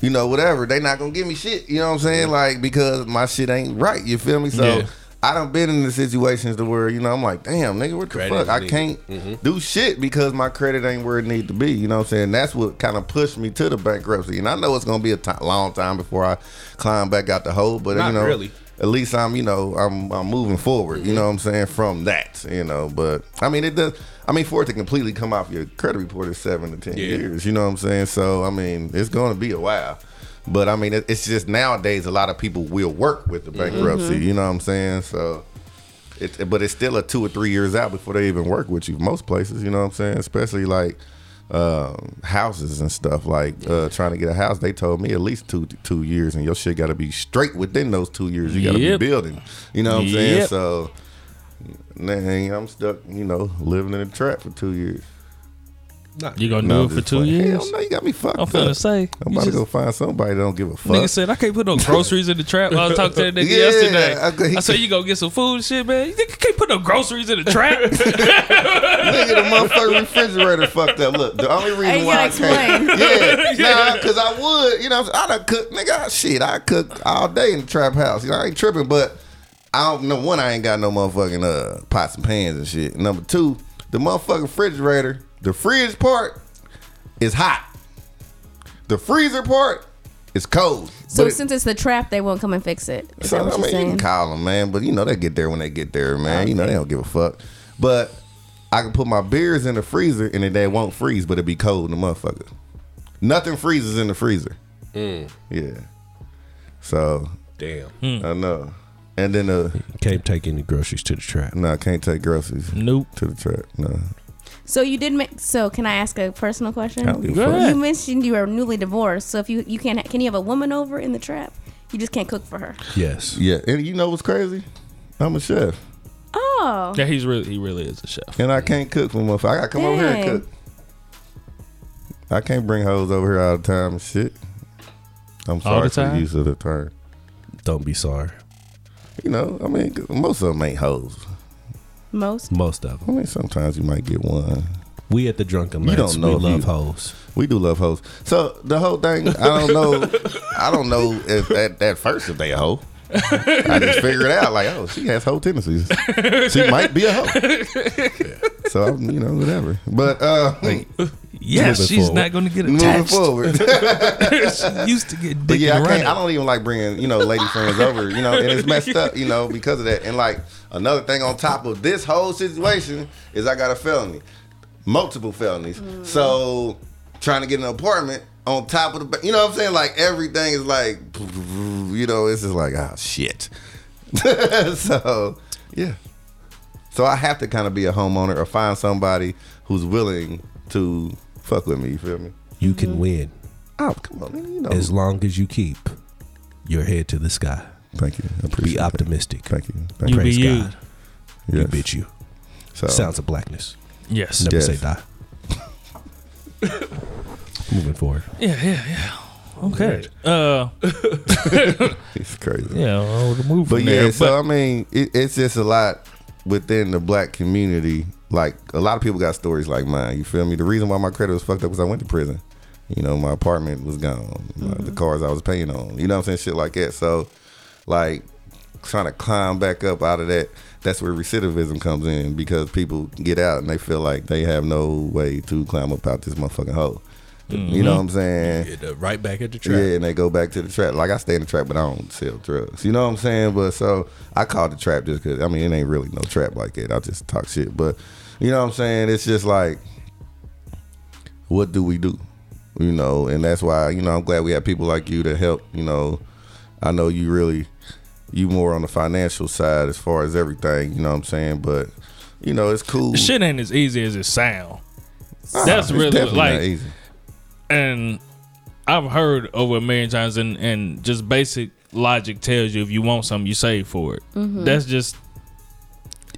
[SPEAKER 5] you know, whatever. They not gonna give me shit. You know what I'm saying? Like because my shit ain't right. You feel me? So
[SPEAKER 2] Yeah.
[SPEAKER 5] I done been in the situations to where you know I'm like, damn nigga, what the
[SPEAKER 4] Credit
[SPEAKER 5] fuck?
[SPEAKER 4] is
[SPEAKER 5] I
[SPEAKER 4] needed.
[SPEAKER 5] can't do shit because my credit ain't where it need to be. You know what I'm saying? That's what kind of pushed me to the bankruptcy. And I know it's gonna be a ti long time before I climb back out the hole, but
[SPEAKER 4] Not
[SPEAKER 5] you know,
[SPEAKER 4] really. Mm-hmm.
[SPEAKER 5] at least I'm you know I'm I'm moving forward. You know what I'm saying from that. You know, but I mean it does. I mean, for it to completely come off your credit report is seven to ten
[SPEAKER 4] Yeah.
[SPEAKER 5] years years, You know what I'm saying? So I mean, it's going to be a while. But I mean, it, it's just nowadays a lot of people will work with the
[SPEAKER 4] Mm-hmm.
[SPEAKER 5] bankruptcy. You know what I'm saying? So, it, but it's still a two or three years out before they even work with you. Most places, you know what I'm saying? Especially like um, houses and stuff. Like uh, trying to get a house, they told me at least two two years, and your shit got to be straight within those two years. You got to
[SPEAKER 2] Yep.
[SPEAKER 5] be building. You know what I'm saying?
[SPEAKER 2] Yep.
[SPEAKER 5] So. Man, I'm stuck, you know, living in a trap for two years.
[SPEAKER 2] You gonna do
[SPEAKER 5] No, I'm
[SPEAKER 2] it for
[SPEAKER 5] just
[SPEAKER 2] two
[SPEAKER 5] playing.
[SPEAKER 2] years?
[SPEAKER 5] Hell no, you got me fucked
[SPEAKER 2] I'm finna
[SPEAKER 5] up.
[SPEAKER 2] say.
[SPEAKER 5] I'm
[SPEAKER 2] you
[SPEAKER 5] about to
[SPEAKER 2] just-
[SPEAKER 5] go find somebody that don't give a fuck.
[SPEAKER 2] Nigga said I can't put no groceries in the trap. I was talking to that nigga
[SPEAKER 5] Yeah,
[SPEAKER 2] yesterday.
[SPEAKER 5] I could- he
[SPEAKER 2] I said
[SPEAKER 5] could-
[SPEAKER 2] you gonna get some food and shit, man. You think you can't put no groceries in the trap?
[SPEAKER 5] Nigga, the motherfucking refrigerator fucked up. Look, the only reason
[SPEAKER 1] you
[SPEAKER 5] why I
[SPEAKER 1] gotta
[SPEAKER 5] can't. Yeah, nah, because I would, you know, what I'm saying? I'd have cooked, nigga, I- shit, I cook all day in the trap house. You know, I ain't tripping, but I don't know, one, I ain't got no motherfucking uh, pots and pans and shit. Number two, the motherfucking refrigerator, the fridge part is hot. The freezer part is cold.
[SPEAKER 1] So
[SPEAKER 5] But it-
[SPEAKER 1] since it's the trap, they won't come and fix it. Is
[SPEAKER 5] So,
[SPEAKER 1] that what
[SPEAKER 5] I
[SPEAKER 1] you're
[SPEAKER 5] mean, you can
[SPEAKER 1] saying?
[SPEAKER 5] call them, man, but you know they get there when they get there, man. You know they don't give a fuck. But I can put my beers in the freezer and then they won't freeze, but it'd be cold in the motherfucker. Nothing freezes in the freezer. Yeah. So
[SPEAKER 4] Damn.
[SPEAKER 1] Hmm.
[SPEAKER 5] I know. And then uh,
[SPEAKER 4] Can't take any groceries to the trap.
[SPEAKER 5] no, I can't take groceries
[SPEAKER 2] nope.
[SPEAKER 5] to the trap. No,
[SPEAKER 1] So you did make. So can I ask a personal question?
[SPEAKER 5] I don't give
[SPEAKER 2] Go
[SPEAKER 5] a fuck.
[SPEAKER 2] ahead.
[SPEAKER 1] You mentioned you are newly divorced. So if you you can't can you have a woman over in the trap? You just can't cook for her.
[SPEAKER 4] Yes.
[SPEAKER 5] Yeah, and you know what's crazy? I'm a chef,
[SPEAKER 1] Oh,
[SPEAKER 2] Yeah, he's really he really is a chef.
[SPEAKER 5] and I can't cook for motherfucker. I gotta come over here
[SPEAKER 1] Dang.
[SPEAKER 5] and cook. I can't bring hoes over here all the time and shit. I'm sorry
[SPEAKER 2] the
[SPEAKER 5] for the
[SPEAKER 2] time?
[SPEAKER 5] use of the term.
[SPEAKER 4] Don't be sorry.
[SPEAKER 5] You know, I mean, 'cause most of them ain't hoes.
[SPEAKER 1] most.
[SPEAKER 4] Most of
[SPEAKER 5] I
[SPEAKER 4] them.
[SPEAKER 5] mean, sometimes you might get one.
[SPEAKER 4] We at the drunken
[SPEAKER 5] You
[SPEAKER 4] lads.
[SPEAKER 5] don't know
[SPEAKER 4] we
[SPEAKER 5] if
[SPEAKER 4] love
[SPEAKER 5] you-
[SPEAKER 4] hoes.
[SPEAKER 5] We do love hoes. So the whole thing, I don't know, I don't know if at, at first if they a hoe. I just figured out like, oh, she has hoe tendencies. She might be a hoe. So I'm, you know, whatever. But uh,
[SPEAKER 2] Yes,
[SPEAKER 4] Moving
[SPEAKER 2] she's
[SPEAKER 4] forward.
[SPEAKER 2] not gonna get
[SPEAKER 5] moving
[SPEAKER 2] attached.
[SPEAKER 5] forward.
[SPEAKER 2] she used to get
[SPEAKER 5] But
[SPEAKER 2] dick
[SPEAKER 5] yeah, I
[SPEAKER 2] and running.
[SPEAKER 5] can't. I don't even like bringing you know lady friends over. You know, and it's messed up. You know, because of that. And like another thing on top of this whole situation is I got a felony. multiple felonies. So trying to get an apartment on top of the, ba- you know what I'm saying? Like everything is like, you know, it's just like ah shit. so yeah, so I have to kind of be a homeowner or find somebody who's willing to fuck with me. You feel me?
[SPEAKER 4] You can win
[SPEAKER 5] Oh come on, man, you know.
[SPEAKER 4] as long as you keep your head to the sky.
[SPEAKER 5] Thank you. I appreciate
[SPEAKER 4] Be
[SPEAKER 5] that.
[SPEAKER 4] optimistic.
[SPEAKER 5] Thank you. Thank
[SPEAKER 2] You be
[SPEAKER 5] you.
[SPEAKER 4] Praise
[SPEAKER 2] you.
[SPEAKER 4] God.
[SPEAKER 5] Yes.
[SPEAKER 4] You bitch you.
[SPEAKER 5] So,
[SPEAKER 4] Sounds of blackness.
[SPEAKER 2] Yes.
[SPEAKER 4] Never
[SPEAKER 5] Yes.
[SPEAKER 4] say die. Moving forward.
[SPEAKER 2] Yeah, yeah, yeah. Okay. Uh,
[SPEAKER 5] it's crazy.
[SPEAKER 2] yeah, well, the move
[SPEAKER 5] But
[SPEAKER 2] from
[SPEAKER 5] yeah,
[SPEAKER 2] there,
[SPEAKER 5] so I mean, it, it's just a lot within the black community. Like a lot of people got stories like mine. You feel me? The reason why my credit was fucked up was I went to prison. You know, my apartment was gone. My- The cars I was paying on. You know what I'm saying? Shit like that. So, like, trying to climb back up out of that. That's where recidivism comes in because people get out and they feel like they have no way to climb up out this motherfucking hole. You know what I'm saying?
[SPEAKER 4] Right back at the
[SPEAKER 5] Yeah, and they go back to the trap. Like I stay in the trap, but I don't sell drugs. You know what I'm saying? But so I call the trap just because I mean it ain't really no trap like that. I just talk shit. But you know what I'm saying? It's just like, what do we do? You know, and that's why you know I'm glad we have people like you to help. You know, I know you really you more on the financial side as far as everything. You know what I'm saying? But you know it's cool.
[SPEAKER 2] but shit ain't as easy as it sound.
[SPEAKER 5] Ah,
[SPEAKER 2] That's
[SPEAKER 5] it's
[SPEAKER 2] really
[SPEAKER 5] definitely not
[SPEAKER 2] like,
[SPEAKER 5] easy.
[SPEAKER 2] and I've heard over a million times, and and just basic logic tells you if you want something, you save for it. That's just.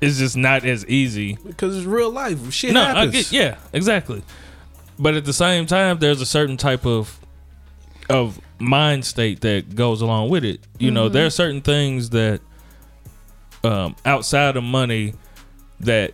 [SPEAKER 2] It's just not as easy
[SPEAKER 4] Because it's real life. Shit
[SPEAKER 2] no, I get,
[SPEAKER 4] happens.
[SPEAKER 2] yeah, exactly. But at the same time, there's a certain type of of mind state that goes along with it. You
[SPEAKER 4] Mm-hmm.
[SPEAKER 2] know, there are certain things that um, outside of money that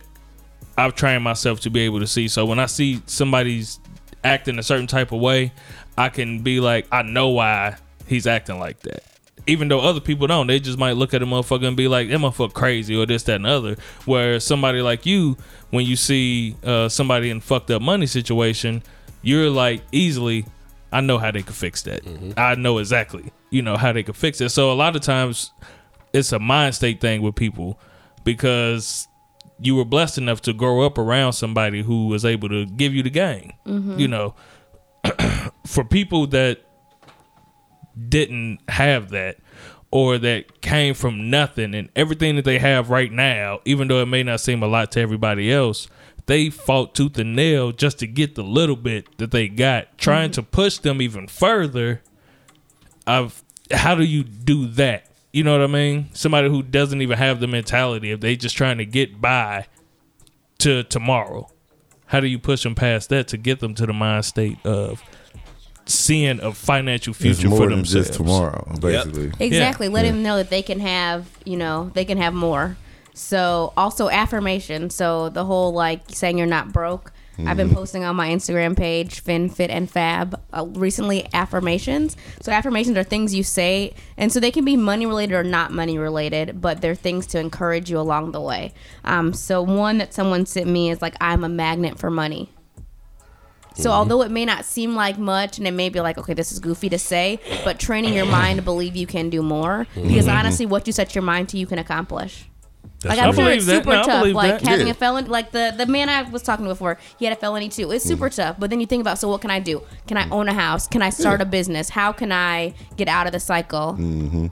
[SPEAKER 2] I've trained myself to be able to see. So when I see somebody's acting a certain type of way, I can be like, I know why he's acting like that. Even though other people don't, they just might look at a motherfucker and be like, "That motherfucker crazy" or this, that, and the other. Where somebody like you, when you see uh, somebody in fucked up money situation, you're like easily, I know how they could fix that. I know exactly, you know how they could fix it. So a lot of times, it's a mind state thing with people because you were blessed enough to grow up around somebody who was able to give you the game. You know, for people that didn't have that or that came from nothing and everything that they have right now, even though it may not seem a lot to everybody else, they fought tooth and nail just to get the little bit that they got, trying to push them even further. I've how do you do that? You know what I mean? Somebody who doesn't even have the mentality if they just trying to get by to tomorrow. How do you push them past that to get them to the mind state of seeing a financial
[SPEAKER 5] It's
[SPEAKER 2] future
[SPEAKER 5] more
[SPEAKER 2] for
[SPEAKER 5] than
[SPEAKER 2] themselves?
[SPEAKER 5] just tomorrow, basically.
[SPEAKER 1] Exactly. Let them know that they can have, you know, they can have more. So also affirmation. So the whole like saying you're not broke. I've been posting on my Instagram page, Fin, Fit, and Fab, uh, recently affirmations. So affirmations are things you say, and so they can be money related or not money related, but they're things to encourage you along the way. Um, so one that someone sent me is like, I'm a magnet for money. So
[SPEAKER 2] Mm-hmm.
[SPEAKER 1] although it may not seem like much and it may be like, okay, this is goofy to say, but training your mind to believe you can do more. Because
[SPEAKER 2] Mm-hmm.
[SPEAKER 1] honestly, what you set your mind to, you can accomplish. like I'm
[SPEAKER 2] right. I
[SPEAKER 1] sure
[SPEAKER 2] believe
[SPEAKER 1] it's
[SPEAKER 2] that.
[SPEAKER 1] super
[SPEAKER 2] No, I
[SPEAKER 1] tough.
[SPEAKER 2] believe
[SPEAKER 1] Like
[SPEAKER 2] that.
[SPEAKER 1] having
[SPEAKER 5] Yeah.
[SPEAKER 1] a felony like the, the man I was talking to before, he had a felony too. It's super
[SPEAKER 2] Mm-hmm.
[SPEAKER 1] tough. But then you think about so what can I do? Can I own a house? Can I start a business? How can I get out of the cycle
[SPEAKER 2] Mm.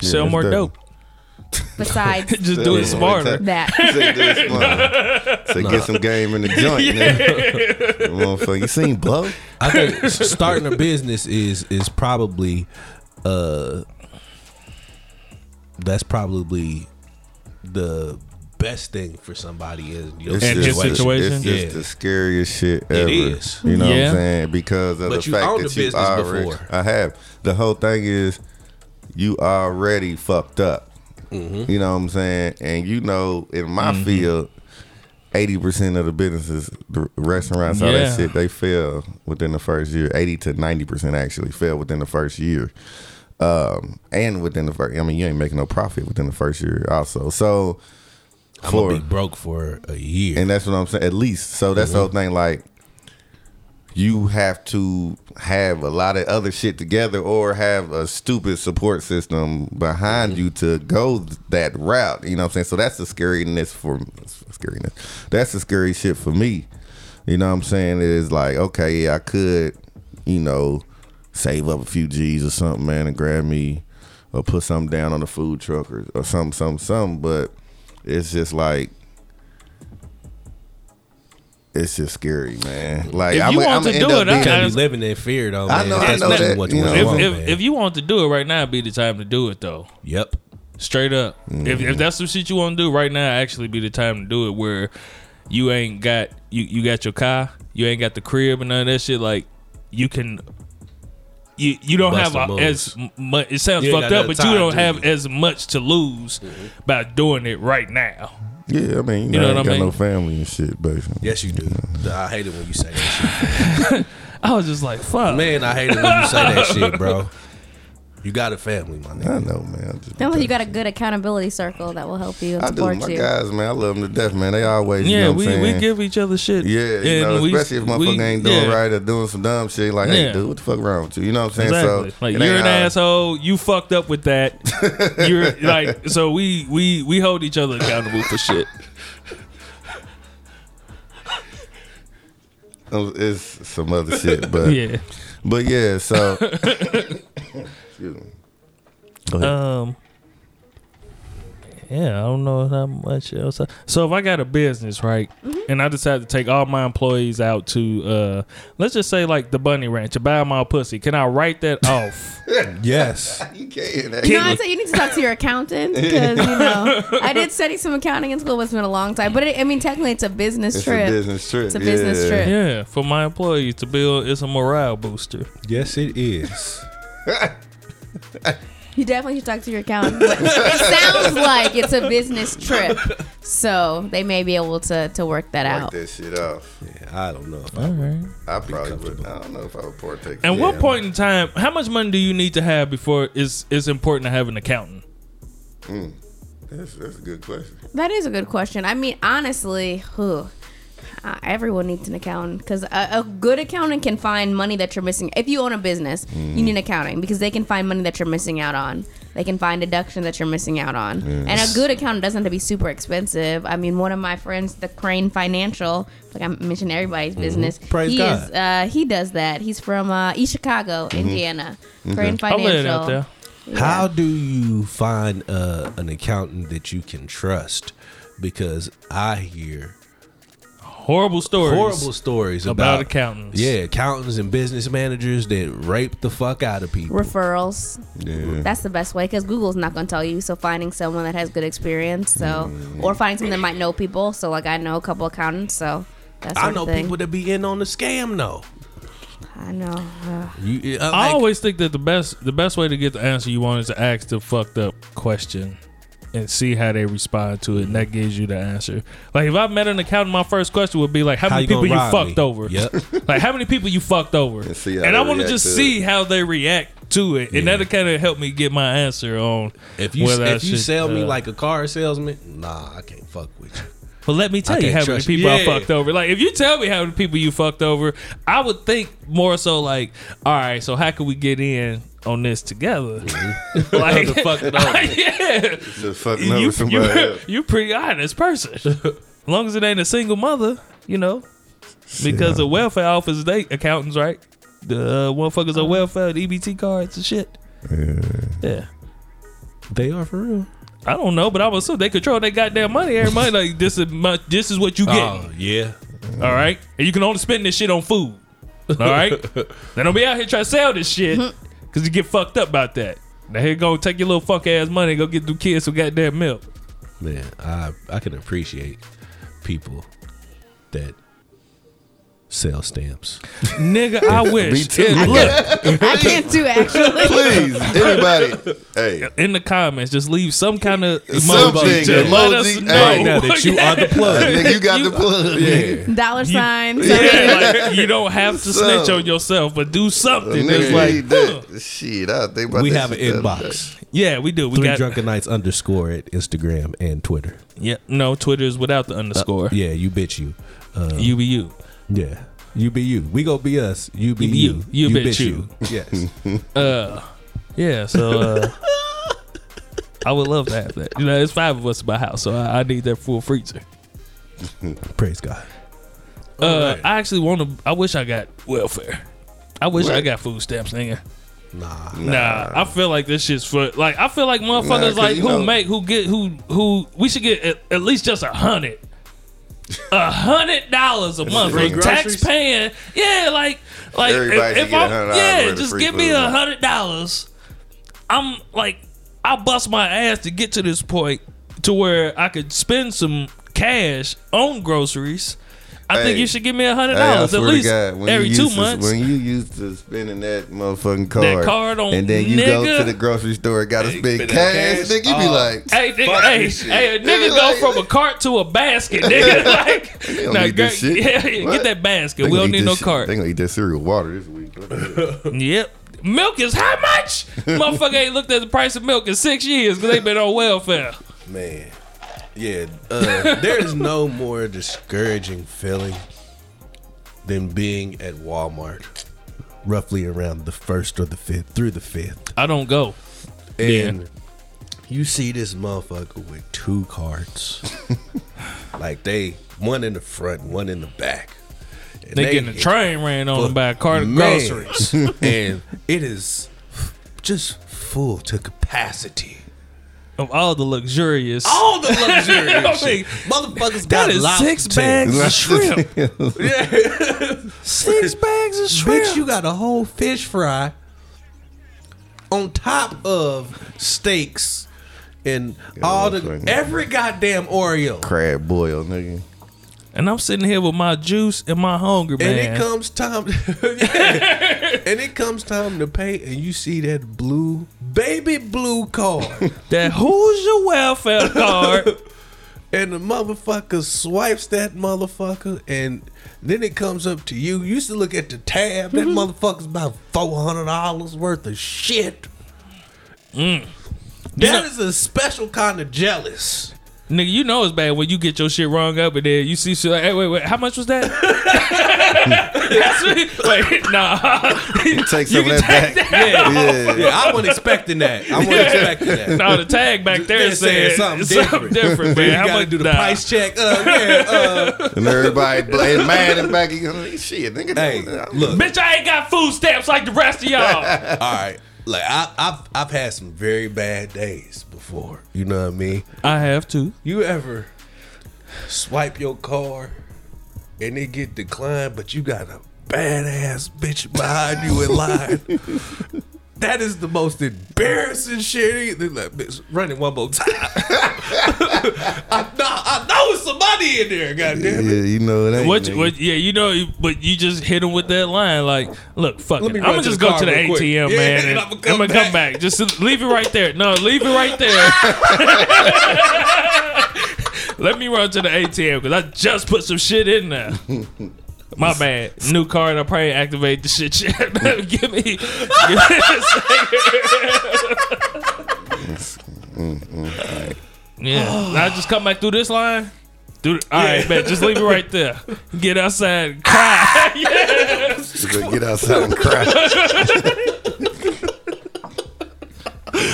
[SPEAKER 2] Sell
[SPEAKER 5] it's
[SPEAKER 2] more
[SPEAKER 5] dope.
[SPEAKER 2] dope.
[SPEAKER 1] besides
[SPEAKER 2] Just do it
[SPEAKER 5] Yeah.
[SPEAKER 2] smarter.
[SPEAKER 1] that?
[SPEAKER 5] Say this one. Say get some game in the joint, nigga. Motherfucker, you seen blow?
[SPEAKER 4] I think starting a business is is probably uh that's probably the best thing for somebody in your
[SPEAKER 5] It's
[SPEAKER 2] And his
[SPEAKER 5] just-
[SPEAKER 4] situation.
[SPEAKER 2] situation?
[SPEAKER 5] It's just
[SPEAKER 4] Yeah.
[SPEAKER 5] the scariest shit ever.
[SPEAKER 4] is.
[SPEAKER 5] You know what
[SPEAKER 2] Yeah.
[SPEAKER 5] I'm saying? Because of
[SPEAKER 4] But
[SPEAKER 5] the
[SPEAKER 4] you
[SPEAKER 5] fact
[SPEAKER 4] owned
[SPEAKER 5] that
[SPEAKER 4] a
[SPEAKER 5] you
[SPEAKER 4] business
[SPEAKER 5] already,
[SPEAKER 4] before.
[SPEAKER 5] I have. The whole thing is, you already fucked up.
[SPEAKER 4] Mm-hmm.
[SPEAKER 5] You know what I'm saying? And you know, in my
[SPEAKER 2] Mm-hmm.
[SPEAKER 5] field, eighty percent of the businesses, the restaurants, all
[SPEAKER 2] Yeah.
[SPEAKER 5] that shit, they fail within the first year. Eighty to ninety percent actually fail within the first year. Um, and within the first, I mean, you ain't making no profit within the first year, also. So,
[SPEAKER 4] I'm gonna be broke for a year.
[SPEAKER 5] and that's what I'm saying. At least, so that's the whole thing. Like, you have to have a lot of other shit together, or have a stupid support system behind you to go th- that route. You know what I'm saying? So that's the scariness for scariness. That's the scary shit for me. You know what I'm saying? It's like, okay, yeah, I could, you know, save up a few G's or something, man, and grab me or put something down on the food truck or, or something, something, something. But it's just like, it's just scary, man. Like,
[SPEAKER 2] If
[SPEAKER 5] I'm
[SPEAKER 2] you
[SPEAKER 5] gonna-
[SPEAKER 2] want
[SPEAKER 5] I'm
[SPEAKER 2] to
[SPEAKER 5] gonna
[SPEAKER 2] do
[SPEAKER 5] end
[SPEAKER 2] it,
[SPEAKER 5] up
[SPEAKER 2] I-
[SPEAKER 5] being-
[SPEAKER 4] Gotta be living in fear though.
[SPEAKER 5] I
[SPEAKER 4] man.
[SPEAKER 5] know- I
[SPEAKER 4] That's
[SPEAKER 5] know
[SPEAKER 4] not
[SPEAKER 5] that,
[SPEAKER 4] what
[SPEAKER 5] you
[SPEAKER 4] you
[SPEAKER 5] know.
[SPEAKER 4] want,
[SPEAKER 2] If, if,
[SPEAKER 4] man.
[SPEAKER 2] if you want to do it right now, be the time to do it though.
[SPEAKER 4] yep.
[SPEAKER 2] Straight up. If,
[SPEAKER 5] Mm-hmm.
[SPEAKER 2] if that's the shit you want to do right now, actually be the time to do it where you ain't got you, you got your car, you ain't got the crib and none of that shit. Like you can you you don't
[SPEAKER 4] Bust
[SPEAKER 2] have
[SPEAKER 4] the
[SPEAKER 2] a,
[SPEAKER 4] moves.
[SPEAKER 2] as much. It sounds
[SPEAKER 4] You ain't
[SPEAKER 2] fucked
[SPEAKER 4] got
[SPEAKER 2] up,
[SPEAKER 4] no
[SPEAKER 2] but you
[SPEAKER 4] time,
[SPEAKER 2] don't
[SPEAKER 4] do
[SPEAKER 2] have
[SPEAKER 4] you?
[SPEAKER 2] as much to lose
[SPEAKER 5] Mm-hmm.
[SPEAKER 2] by doing it right now.
[SPEAKER 5] yeah, I mean, you know,
[SPEAKER 2] know what
[SPEAKER 5] I ain't
[SPEAKER 2] I
[SPEAKER 5] got
[SPEAKER 2] mean?
[SPEAKER 5] no family and shit, basically.
[SPEAKER 4] Yes, you do. I hate it when you say that shit.
[SPEAKER 2] I was just like, fuck.
[SPEAKER 4] Man, I hate it when you say that shit, bro. You got a family, my
[SPEAKER 5] I
[SPEAKER 4] nigga.
[SPEAKER 5] know, man. I just-
[SPEAKER 1] Sounds like you got a good accountability circle that will help you and
[SPEAKER 5] I do. My
[SPEAKER 1] support you.
[SPEAKER 5] guys, man, I love them to death, man. They always, you
[SPEAKER 2] yeah,
[SPEAKER 5] know what
[SPEAKER 2] we,
[SPEAKER 5] I'm saying?
[SPEAKER 2] we give each other shit.
[SPEAKER 5] Yeah, you know,
[SPEAKER 2] And we-
[SPEAKER 5] especially if motherfucker
[SPEAKER 2] we-
[SPEAKER 5] ain't doing
[SPEAKER 2] yeah,
[SPEAKER 5] right or doing some dumb shit. Like, hey,
[SPEAKER 2] Yeah.
[SPEAKER 5] dude, what the fuck wrong with you? You know what I'm saying?
[SPEAKER 2] Exactly.
[SPEAKER 5] So,
[SPEAKER 2] like
[SPEAKER 5] it
[SPEAKER 2] you're
[SPEAKER 5] ain't
[SPEAKER 2] an
[SPEAKER 5] all-
[SPEAKER 2] asshole. You fucked up with that. you're like so we we we hold each other accountable for shit.
[SPEAKER 5] Um, It's some other shit, but
[SPEAKER 2] Yeah.
[SPEAKER 5] but yeah. So, Excuse me. Go ahead.
[SPEAKER 2] Um. Yeah, I don't know how much else. I, so if I got a business, right, and I decide to take all my employees out to, uh let's just say like the Bunny Ranch, a buy my pussy, can I write that off?
[SPEAKER 4] Yes.
[SPEAKER 5] you can't.
[SPEAKER 1] No,
[SPEAKER 5] actually.
[SPEAKER 1] I said you need to talk to your accountant because you know I did study some accounting in school. It's been a long time, but it, I mean technically it's a business
[SPEAKER 5] It's
[SPEAKER 1] trip.
[SPEAKER 5] a business trip.
[SPEAKER 1] It's a business
[SPEAKER 5] yeah.
[SPEAKER 1] trip.
[SPEAKER 2] yeah, for my employees to build, it's a morale booster.
[SPEAKER 4] Yes, it is.
[SPEAKER 1] You definitely should talk to your accountant. But it sounds like it's a business trip, so they may be able to to work that
[SPEAKER 5] Break
[SPEAKER 1] out.
[SPEAKER 5] that shit off.
[SPEAKER 4] Yeah, I don't know.
[SPEAKER 2] All right.
[SPEAKER 5] I probably would. I don't know if I would partake.
[SPEAKER 2] And
[SPEAKER 5] yeah.
[SPEAKER 2] what point in time? How much money do you need to have before it's it's important to have an accountant?
[SPEAKER 5] That's, that's a good question.
[SPEAKER 1] That is a good question. I mean, honestly, whew, uh, everyone needs an accountant because a, a good accountant can find money that you're missing. If you own a business, you need accounting because they can find money that you're missing out on. They can find deductions that you're missing out on. And a good accountant doesn't have to be super expensive. I mean, one of my friends, the Crane Financial, like I mentioned, everybody's business.
[SPEAKER 4] Praise
[SPEAKER 1] he
[SPEAKER 4] God.
[SPEAKER 1] Is, uh, he does that. He's from uh, East Chicago, Indiana. Crane
[SPEAKER 2] I lay it
[SPEAKER 1] Financial.
[SPEAKER 2] out there.
[SPEAKER 4] How do you find uh, an accountant that you can trust? Because I hear
[SPEAKER 2] Horrible stories.
[SPEAKER 4] horrible stories
[SPEAKER 2] About
[SPEAKER 4] about,
[SPEAKER 2] accountants.
[SPEAKER 4] Yeah, accountants and business managers that rape the fuck out of people.
[SPEAKER 1] referrals. That's the best way because Google's not going to tell you. So finding someone that has good experience, so or finding someone that might know people. So like I know a couple accountants, so that's
[SPEAKER 4] I know
[SPEAKER 1] thing.
[SPEAKER 4] people that be in on the scam though.
[SPEAKER 1] I know. Ugh.
[SPEAKER 4] You, uh,
[SPEAKER 2] I
[SPEAKER 4] like-
[SPEAKER 2] always think that the best the best way to get the answer you want is to ask the fucked up question and see how they respond to it, and that gives you the answer. Like if I met an accountant, my first question would be like, "How
[SPEAKER 4] How
[SPEAKER 2] many
[SPEAKER 4] you
[SPEAKER 2] people
[SPEAKER 4] gonna
[SPEAKER 2] you
[SPEAKER 4] rob
[SPEAKER 2] fucked
[SPEAKER 4] me?
[SPEAKER 2] over?
[SPEAKER 4] Yep.
[SPEAKER 2] like how many people you fucked over?" And,
[SPEAKER 5] see how they
[SPEAKER 2] I want to
[SPEAKER 5] react
[SPEAKER 2] just
[SPEAKER 5] to it.
[SPEAKER 2] see how they react to it, and that'll kind of help me get my answer on
[SPEAKER 4] if you
[SPEAKER 2] whether I
[SPEAKER 4] if you
[SPEAKER 2] should,
[SPEAKER 4] sell me
[SPEAKER 2] uh,
[SPEAKER 4] like a car salesman, nah, I can't fuck with you.
[SPEAKER 2] But let me tell
[SPEAKER 4] I
[SPEAKER 2] you
[SPEAKER 4] can't
[SPEAKER 2] how many
[SPEAKER 4] trust you.
[SPEAKER 2] people I
[SPEAKER 4] Yeah.
[SPEAKER 2] fucked over. Like, if you tell me how many people you fucked over, I would think more so like, all right, so how can we get in on this together? like, yeah,
[SPEAKER 5] Just fucking up
[SPEAKER 2] you,
[SPEAKER 5] with somebody
[SPEAKER 2] you,
[SPEAKER 5] else.
[SPEAKER 2] you pretty honest person. as long as it ain't a single mother, you know, because the welfare office, they accountants, right? The uh, motherfuckers on welfare, the EBT cards and shit. Yeah.
[SPEAKER 4] They are for real.
[SPEAKER 2] I don't know, but I was so they control their goddamn money every month. Like this is my, this is what you get.
[SPEAKER 4] Oh yeah.
[SPEAKER 2] All right, and you can only spend this shit on food. All right, now don't be out here trying to sell this shit because you get fucked up about that. Now here go take your little fuck ass money, and go get them kids some goddamn milk.
[SPEAKER 4] man, I I can appreciate people that sell stamps.
[SPEAKER 2] Nigga, I wish.
[SPEAKER 5] too.
[SPEAKER 2] And look
[SPEAKER 1] I can't do actually.
[SPEAKER 5] Please, anybody. Hey,
[SPEAKER 2] in the comments, just leave some kind of emoji
[SPEAKER 5] Something,
[SPEAKER 2] to let
[SPEAKER 5] emoji,
[SPEAKER 2] us
[SPEAKER 5] hey.
[SPEAKER 2] know
[SPEAKER 5] Right now
[SPEAKER 4] that you are the plug.
[SPEAKER 5] nigga, you got the plug. Yeah.
[SPEAKER 1] Dollar
[SPEAKER 2] You-
[SPEAKER 1] sign.
[SPEAKER 2] Yeah, like, you don't have to
[SPEAKER 5] Some.
[SPEAKER 2] snitch on yourself, but do something. Just
[SPEAKER 5] Nigga,
[SPEAKER 2] like,
[SPEAKER 5] need that. shit. I think about
[SPEAKER 4] We
[SPEAKER 5] that
[SPEAKER 4] have an
[SPEAKER 5] shit the other
[SPEAKER 4] inbox.
[SPEAKER 2] yeah, we do. We
[SPEAKER 4] Three
[SPEAKER 2] got
[SPEAKER 4] drunken nights underscore at Instagram and Twitter.
[SPEAKER 2] yeah. No, Twitter is without the underscore.
[SPEAKER 4] Yeah, you bitch you.
[SPEAKER 2] You be you.
[SPEAKER 4] Yeah. You be you. We gonna be us. You be
[SPEAKER 2] You be
[SPEAKER 4] you.
[SPEAKER 2] you. You bitch you.
[SPEAKER 4] Yes.
[SPEAKER 2] Yeah, so uh, I would love to have that. You know, it's five of us in my house, so I, I need that full freezer.
[SPEAKER 4] Praise God.
[SPEAKER 2] Uh,
[SPEAKER 7] Alright.
[SPEAKER 2] I actually want to. I wish I got welfare. I wish I
[SPEAKER 5] Right.
[SPEAKER 2] got food stamps, nigga.
[SPEAKER 7] Nah.
[SPEAKER 2] Nah, I feel like this shit's for like I feel like motherfuckers
[SPEAKER 5] 'cause
[SPEAKER 2] like
[SPEAKER 5] you
[SPEAKER 2] who
[SPEAKER 5] know-
[SPEAKER 2] make who get who who we should get at, at least just a hundred. A hundred dollars a month,
[SPEAKER 5] free
[SPEAKER 2] like tax
[SPEAKER 7] groceries?
[SPEAKER 2] paying. Yeah, like like
[SPEAKER 5] Everybody
[SPEAKER 2] if,
[SPEAKER 5] should
[SPEAKER 2] if
[SPEAKER 5] get
[SPEAKER 2] I'm
[SPEAKER 5] $100
[SPEAKER 2] yeah,
[SPEAKER 5] worth of
[SPEAKER 2] just
[SPEAKER 5] free
[SPEAKER 2] give me
[SPEAKER 5] food,
[SPEAKER 2] a
[SPEAKER 5] man.
[SPEAKER 2] hundred dollars. I'm like I bust my ass to get to this point to where I could spend some cash on groceries. I think
[SPEAKER 5] Hey.
[SPEAKER 2] you should give me a hundred
[SPEAKER 5] Hey, I
[SPEAKER 2] dollars at
[SPEAKER 5] swear to
[SPEAKER 2] least
[SPEAKER 5] God, when you
[SPEAKER 2] every
[SPEAKER 5] used
[SPEAKER 2] two
[SPEAKER 5] to-
[SPEAKER 2] months.
[SPEAKER 5] When you used to spending that motherfucking card,
[SPEAKER 2] card on
[SPEAKER 5] and then you
[SPEAKER 2] nigga.
[SPEAKER 5] go to the grocery store, got to spend
[SPEAKER 8] spend that
[SPEAKER 5] cash,
[SPEAKER 8] cash.
[SPEAKER 5] nigga, you be
[SPEAKER 8] Oh.
[SPEAKER 5] like,
[SPEAKER 2] Hey, nigga,
[SPEAKER 8] Fuck
[SPEAKER 2] hey,
[SPEAKER 8] this shit.
[SPEAKER 2] hey, a
[SPEAKER 5] They
[SPEAKER 2] nigga
[SPEAKER 5] be
[SPEAKER 2] go
[SPEAKER 5] like-
[SPEAKER 2] from a cart to a basket, nigga. like,
[SPEAKER 5] don't
[SPEAKER 2] nah,
[SPEAKER 5] need this
[SPEAKER 2] girl,
[SPEAKER 5] shit.
[SPEAKER 2] yeah, yeah, get
[SPEAKER 5] What?
[SPEAKER 2] that basket.
[SPEAKER 5] they
[SPEAKER 2] We
[SPEAKER 5] gonna
[SPEAKER 2] don't
[SPEAKER 5] eat
[SPEAKER 2] need
[SPEAKER 5] this
[SPEAKER 2] no
[SPEAKER 5] shit-
[SPEAKER 2] cart.
[SPEAKER 5] They gonna eat that cereal water this week.
[SPEAKER 2] Yep. Milk is how much? Motherfucker ain't looked at the price of milk in six years because they been on welfare.
[SPEAKER 7] Man. Yeah. Uh, there is no more discouraging feeling than being at Walmart roughly around the first or the fifth, through the fifth.
[SPEAKER 2] I don't go.
[SPEAKER 7] And you see this motherfucker with two carts. like they one in the front, one in the back. And
[SPEAKER 2] They, getting a train ran on them by a cart of
[SPEAKER 7] Man.
[SPEAKER 2] groceries.
[SPEAKER 7] and it is just full to capacity.
[SPEAKER 2] of all the luxurious.
[SPEAKER 7] All the luxurious
[SPEAKER 2] shit.
[SPEAKER 7] shit. Motherfuckers
[SPEAKER 2] that
[SPEAKER 7] got
[SPEAKER 2] is
[SPEAKER 7] lots
[SPEAKER 2] six
[SPEAKER 7] of
[SPEAKER 2] bags of shrimp.
[SPEAKER 7] Six
[SPEAKER 2] bags of
[SPEAKER 7] Bitch, you got a whole fish fry on top of steaks and all
[SPEAKER 5] that's
[SPEAKER 7] the
[SPEAKER 5] right.
[SPEAKER 7] every goddamn Oreo.
[SPEAKER 5] Crab boil, nigga.
[SPEAKER 2] And I'm sitting here with my juice and my hunger, man.
[SPEAKER 7] And it comes time Yeah. and it comes time to pay and you see that blue baby blue card.
[SPEAKER 2] that who's your welfare card?
[SPEAKER 7] and the motherfucker swipes that motherfucker and then it comes up to you. You used to look at the tab, that motherfucker's about four hundred dollars worth of shit. That is
[SPEAKER 2] Mm. know-
[SPEAKER 7] a special kind of jealous.
[SPEAKER 2] Nigga, you know it's bad when you get your shit wrong up and then you see shit like, hey, wait, wait, how much was that? That's me. Wait, nah.
[SPEAKER 5] Take some of
[SPEAKER 2] can
[SPEAKER 5] that back. Yeah,
[SPEAKER 7] Yeah, I wasn't expecting that. I wasn't expecting that.
[SPEAKER 2] nah, the tag back there
[SPEAKER 7] They're saying
[SPEAKER 2] said
[SPEAKER 7] something different.
[SPEAKER 2] different, man.
[SPEAKER 7] You
[SPEAKER 2] how
[SPEAKER 7] gotta
[SPEAKER 2] much
[SPEAKER 7] do the
[SPEAKER 2] nah.
[SPEAKER 7] price check. Uh, yeah, uh,
[SPEAKER 5] and everybody bla- mad and back. You know, shit, nigga.
[SPEAKER 7] hey, look,
[SPEAKER 2] Bitch, I ain't got food stamps like the rest of y'all.
[SPEAKER 7] all right. Like I, I've I've had some very bad days before. You know what I mean?
[SPEAKER 2] I have to.
[SPEAKER 7] You ever swipe your car and it get declined, but you got a badass bitch behind you in line? that is the most embarrassing shit. They're like, bitch, run it one more time. I, know, I know it's somebody in there,
[SPEAKER 5] Yeah,
[SPEAKER 7] goddamn it.
[SPEAKER 5] you know that.
[SPEAKER 2] What, you- what? Yeah, you know, you- but you just hit him with that line. Like, look, fuck
[SPEAKER 7] Let
[SPEAKER 2] it.
[SPEAKER 7] me
[SPEAKER 2] I'm
[SPEAKER 7] run
[SPEAKER 2] gonna
[SPEAKER 7] to
[SPEAKER 2] just
[SPEAKER 7] the
[SPEAKER 2] go
[SPEAKER 7] car
[SPEAKER 2] to the
[SPEAKER 7] real quick.
[SPEAKER 2] ATM,
[SPEAKER 7] Yeah,
[SPEAKER 2] man,
[SPEAKER 7] and
[SPEAKER 2] and
[SPEAKER 7] I'ma
[SPEAKER 2] I'm
[SPEAKER 7] come
[SPEAKER 2] gonna come back. Just leave it right there. No, leave it right there. Let me run to the ATM because I just put some shit in there. My bad. New card. I probably activate the shit. yet. give me. Give me a second. yeah. Now I just come back through this line. Dude, all right, man. Just leave it right there. Get outside, and cry.
[SPEAKER 5] Just Get outside and cry.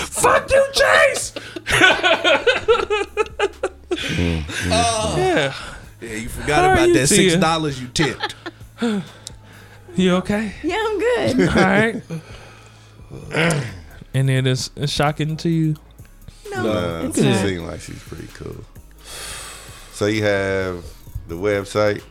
[SPEAKER 2] Fuck you, Chase. yeah.
[SPEAKER 7] Yeah, you forgot
[SPEAKER 2] How are
[SPEAKER 7] about
[SPEAKER 2] you,
[SPEAKER 7] that
[SPEAKER 2] Tia?
[SPEAKER 7] six dollars you tipped.
[SPEAKER 2] You okay?
[SPEAKER 1] Yeah, I'm good.
[SPEAKER 2] All right. and it is shocking to you.
[SPEAKER 5] Nah, she seems like she's pretty cool. So you have the website.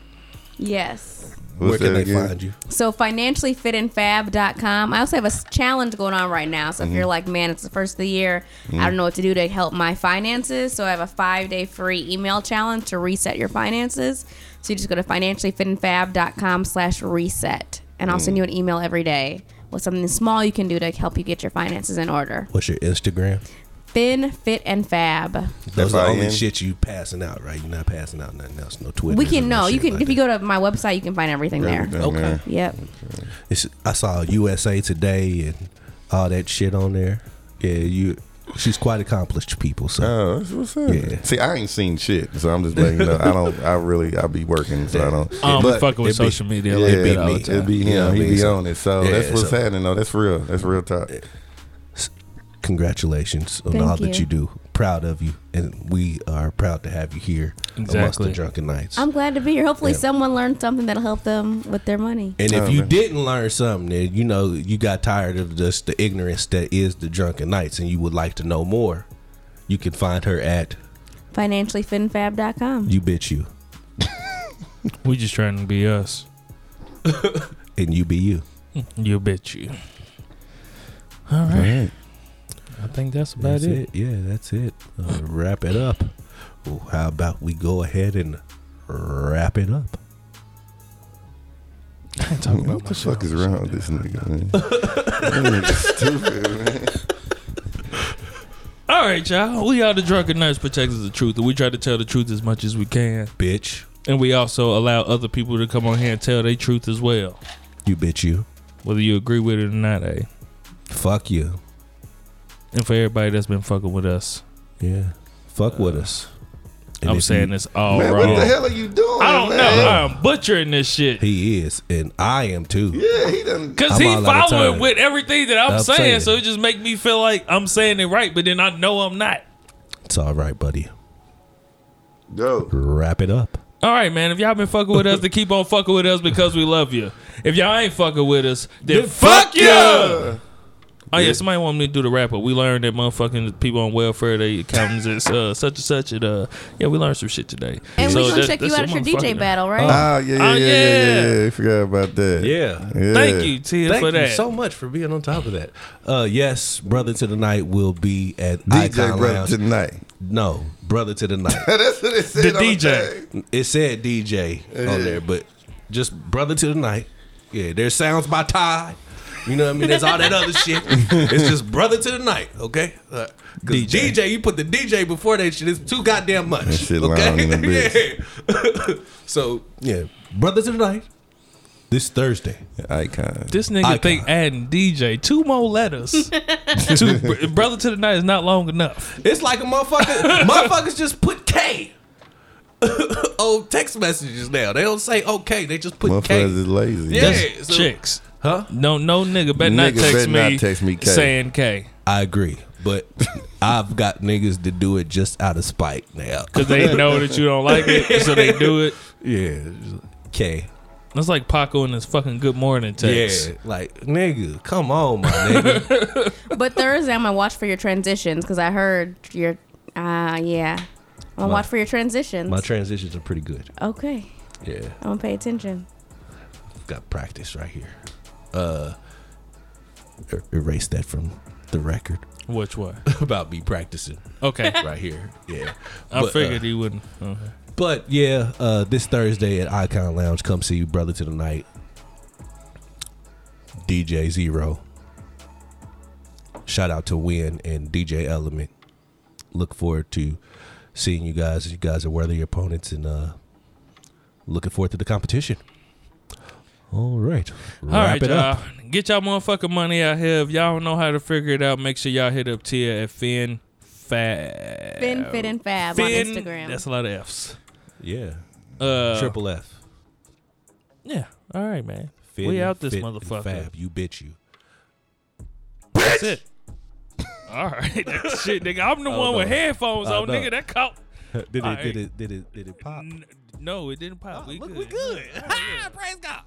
[SPEAKER 1] yes.
[SPEAKER 5] What's
[SPEAKER 7] Where can
[SPEAKER 5] that
[SPEAKER 7] they
[SPEAKER 5] again?
[SPEAKER 7] find you?
[SPEAKER 1] So financiallyfitandfab.com. I also have a s- challenge going on right now. So if you're like, man, it's the first of the year, I don't know what to do to help my finances. So I have a five day free email challenge to reset your finances. So you just go to financiallyfitandfab.com slash reset. And I'll send you an email every day with something small you can do to help you get your finances in order.
[SPEAKER 7] What's your Instagram?
[SPEAKER 1] Fin, fit, and fab.
[SPEAKER 7] That's the only
[SPEAKER 5] F-I-N?
[SPEAKER 7] shit you passing out, right? You're not passing out nothing else. No Twitter.
[SPEAKER 1] We can no, you can if you go to my website, you can find everything there.
[SPEAKER 5] Everything,
[SPEAKER 7] Okay.
[SPEAKER 5] man.
[SPEAKER 1] Yep.
[SPEAKER 7] It's, I saw USA Today and all that shit on there. Yeah, you. She's quite accomplished, people. So
[SPEAKER 5] Oh, that's what's up.
[SPEAKER 7] Yeah.
[SPEAKER 5] See, I ain't seen shit, so I'm just letting you know. I don't. I really. I be working, so I don't.
[SPEAKER 2] I'm
[SPEAKER 5] but
[SPEAKER 2] fucking with
[SPEAKER 7] it be-
[SPEAKER 2] social media.
[SPEAKER 5] yeah,
[SPEAKER 2] like
[SPEAKER 5] it
[SPEAKER 2] that all the
[SPEAKER 5] be, me.
[SPEAKER 2] time.
[SPEAKER 5] it be him.
[SPEAKER 7] You know what I
[SPEAKER 5] he
[SPEAKER 7] mean?
[SPEAKER 5] be
[SPEAKER 7] So-
[SPEAKER 5] on it. So
[SPEAKER 7] Yeah,
[SPEAKER 5] that's what's
[SPEAKER 7] so-
[SPEAKER 5] happening. though. that's real. That's real talk.
[SPEAKER 7] congratulations on
[SPEAKER 1] Thank
[SPEAKER 7] all that
[SPEAKER 1] you.
[SPEAKER 7] you do.
[SPEAKER 4] proud of you, and we are proud to have you here amongst
[SPEAKER 2] Exactly.
[SPEAKER 4] the drunken knights.
[SPEAKER 1] I'm glad to be here. Hopefully,
[SPEAKER 4] Yeah.
[SPEAKER 1] someone learned something that'll help them with their money.
[SPEAKER 4] and if
[SPEAKER 5] Oh,
[SPEAKER 4] you
[SPEAKER 5] man.
[SPEAKER 4] didn't learn something, then you know you got tired of just the ignorance that is the drunken knights, and you would like to know more, you can find her at
[SPEAKER 1] FinanciallyFinFab.com.
[SPEAKER 4] you bitch you
[SPEAKER 2] We just trying to be us.
[SPEAKER 4] and you be you.
[SPEAKER 2] You bet you. All right. I think that's about
[SPEAKER 4] That's
[SPEAKER 2] it.
[SPEAKER 4] it. Yeah, that's it. Uh, wrap it up. Well, how about we go ahead and wrap it up?
[SPEAKER 2] I ain't talking
[SPEAKER 5] What
[SPEAKER 2] about
[SPEAKER 5] the
[SPEAKER 2] myself.
[SPEAKER 5] fuck is wrong with this nigga, man? That nigga stupid, man.
[SPEAKER 2] All right, y'all. We are the drunken nurse protectors of the truth, and we try to tell the truth as much as we can.
[SPEAKER 4] Bitch,
[SPEAKER 2] And we also allow other people to come on here and tell their truth as well,
[SPEAKER 4] you bitch you.
[SPEAKER 2] whether you agree with it or not. Eh?
[SPEAKER 4] Fuck you.
[SPEAKER 2] And for everybody that's been fucking with us,
[SPEAKER 4] Yeah. Fuck with us. And
[SPEAKER 2] I'm
[SPEAKER 4] if
[SPEAKER 2] saying
[SPEAKER 4] you-
[SPEAKER 2] this all
[SPEAKER 5] Man,
[SPEAKER 2] wrong.
[SPEAKER 5] what the hell are you doing?
[SPEAKER 2] I don't
[SPEAKER 5] man?
[SPEAKER 2] know. I'm butchering this shit.
[SPEAKER 4] he is, and I am too.
[SPEAKER 5] Yeah, he done.
[SPEAKER 2] Cause
[SPEAKER 4] I'm
[SPEAKER 2] he
[SPEAKER 4] all out of
[SPEAKER 2] following
[SPEAKER 4] time.
[SPEAKER 2] with everything that I'm,
[SPEAKER 4] I'm
[SPEAKER 2] saying,
[SPEAKER 4] saying.
[SPEAKER 2] so it just make me feel like I'm saying it right, but then I know I'm not.
[SPEAKER 4] It's all right, buddy.
[SPEAKER 2] Oh.
[SPEAKER 5] Yo.
[SPEAKER 4] Wrap it up.
[SPEAKER 2] All right, man. If y'all been fucking with us, then keep on fucking with us because we love you. If y'all ain't fucking with us, then, fuck, you. Oh yeah, somebody wanted me to do the wrap up. We learned that motherfucking people on welfare, they accountants, it's uh, such and such, and uh, yeah, we learned some shit today.
[SPEAKER 1] And we
[SPEAKER 2] So
[SPEAKER 1] should
[SPEAKER 2] that-
[SPEAKER 1] check you
[SPEAKER 2] that's
[SPEAKER 1] out at your
[SPEAKER 2] motherfucking-
[SPEAKER 1] DJ battle, right?
[SPEAKER 5] Ah, yeah, yeah,
[SPEAKER 2] Oh,
[SPEAKER 5] yeah, yeah,
[SPEAKER 2] yeah.
[SPEAKER 5] yeah, yeah. I forgot about that.
[SPEAKER 4] Yeah.
[SPEAKER 5] Yeah.
[SPEAKER 2] Thank you, Tia,
[SPEAKER 4] Thank
[SPEAKER 2] for
[SPEAKER 4] you
[SPEAKER 2] that.
[SPEAKER 4] so much for being on top of that. Uh, yes, brother to the night will be at
[SPEAKER 5] DJ
[SPEAKER 4] Icon
[SPEAKER 5] Brother
[SPEAKER 4] Lounge.
[SPEAKER 5] tonight.
[SPEAKER 4] no, brother to the night.
[SPEAKER 5] That's what it said.
[SPEAKER 2] The
[SPEAKER 5] on
[SPEAKER 2] DJ.
[SPEAKER 5] thing.
[SPEAKER 4] It said DJ on there, but just brother to the night. Yeah, there's sounds by Ty. You know what I mean? There's all that other shit. It's just brother to the night, okay? Uh, 'cause DJ. you put the DJ before that shit. It's too goddamn much.
[SPEAKER 5] shit long
[SPEAKER 4] okay?
[SPEAKER 5] in the
[SPEAKER 4] Yeah. so yeah, brother to the night. This Thursday,
[SPEAKER 5] Icon.
[SPEAKER 2] This nigga
[SPEAKER 4] Icon.
[SPEAKER 2] think adding DJ two more letters to br- brother to the night is not long enough.
[SPEAKER 4] it's like a motherfucker. motherfuckers just put K. on text messages now. They don't say okay. They just put K.
[SPEAKER 5] Motherfuckers is lazy.
[SPEAKER 4] Yeah.
[SPEAKER 2] That's
[SPEAKER 4] so-
[SPEAKER 2] chicks.
[SPEAKER 4] Huh?
[SPEAKER 2] No, no nigga better not
[SPEAKER 5] Nigga
[SPEAKER 2] text
[SPEAKER 5] better
[SPEAKER 2] me.
[SPEAKER 5] not text me K.
[SPEAKER 2] saying K.
[SPEAKER 4] I agree, but I've got niggas to do it just out of spite now.
[SPEAKER 2] Cause they know that you don't like it, so they do it.
[SPEAKER 4] Yeah, okay.
[SPEAKER 2] That's like Paco and his fucking good morning text.
[SPEAKER 4] Yeah, like nigga, come on, my nigga.
[SPEAKER 1] But Thursday, I'm gonna watch for your transitions because I heard your. Ah, yeah. I'm gonna watch for your transitions.
[SPEAKER 4] my transitions are pretty good.
[SPEAKER 1] okay,
[SPEAKER 4] Yeah,
[SPEAKER 1] I'm gonna pay attention.
[SPEAKER 4] got practice right here. Uh, er- erase that from the record
[SPEAKER 2] Which one?
[SPEAKER 4] about me practicing
[SPEAKER 2] Okay,
[SPEAKER 4] right here. Yeah,
[SPEAKER 2] I
[SPEAKER 4] But, uh,
[SPEAKER 2] figured he wouldn't. Okay.
[SPEAKER 4] But yeah, uh, this Thursday at Icon Lounge, come see you, brother to the night. DJ Zero. Shout out to Win and DJ Element. Look forward to seeing you guys. You guys are worthy opponents, and uh, looking forward to the competition. All right, wrap
[SPEAKER 2] All right,
[SPEAKER 4] it
[SPEAKER 2] y'all.
[SPEAKER 4] up.
[SPEAKER 2] Get y'all motherfucking money out here. If y'all don't know how to figure it out, make sure y'all hit up Tia at Finn Fab.
[SPEAKER 1] Fin, fit, and fab
[SPEAKER 2] Finn-
[SPEAKER 1] on Instagram.
[SPEAKER 2] That's a lot of F's.
[SPEAKER 4] Yeah,
[SPEAKER 2] Uh,
[SPEAKER 4] triple F.
[SPEAKER 2] Yeah. All right, man.
[SPEAKER 4] Fit
[SPEAKER 2] we
[SPEAKER 4] and
[SPEAKER 2] out this
[SPEAKER 4] fit and
[SPEAKER 2] motherfucker.
[SPEAKER 4] Fab, you bitch, you.
[SPEAKER 2] That's it. All right. Shit, nigga. I'm the one
[SPEAKER 4] no.
[SPEAKER 2] with headphones
[SPEAKER 4] Oh,
[SPEAKER 2] on,
[SPEAKER 4] no.
[SPEAKER 2] nigga. That caught.
[SPEAKER 4] did it?
[SPEAKER 2] All right.
[SPEAKER 4] Did it? Did it? Did it pop?
[SPEAKER 2] N- no, it didn't pop. we
[SPEAKER 4] Look,
[SPEAKER 2] good.
[SPEAKER 4] we good. Praise God.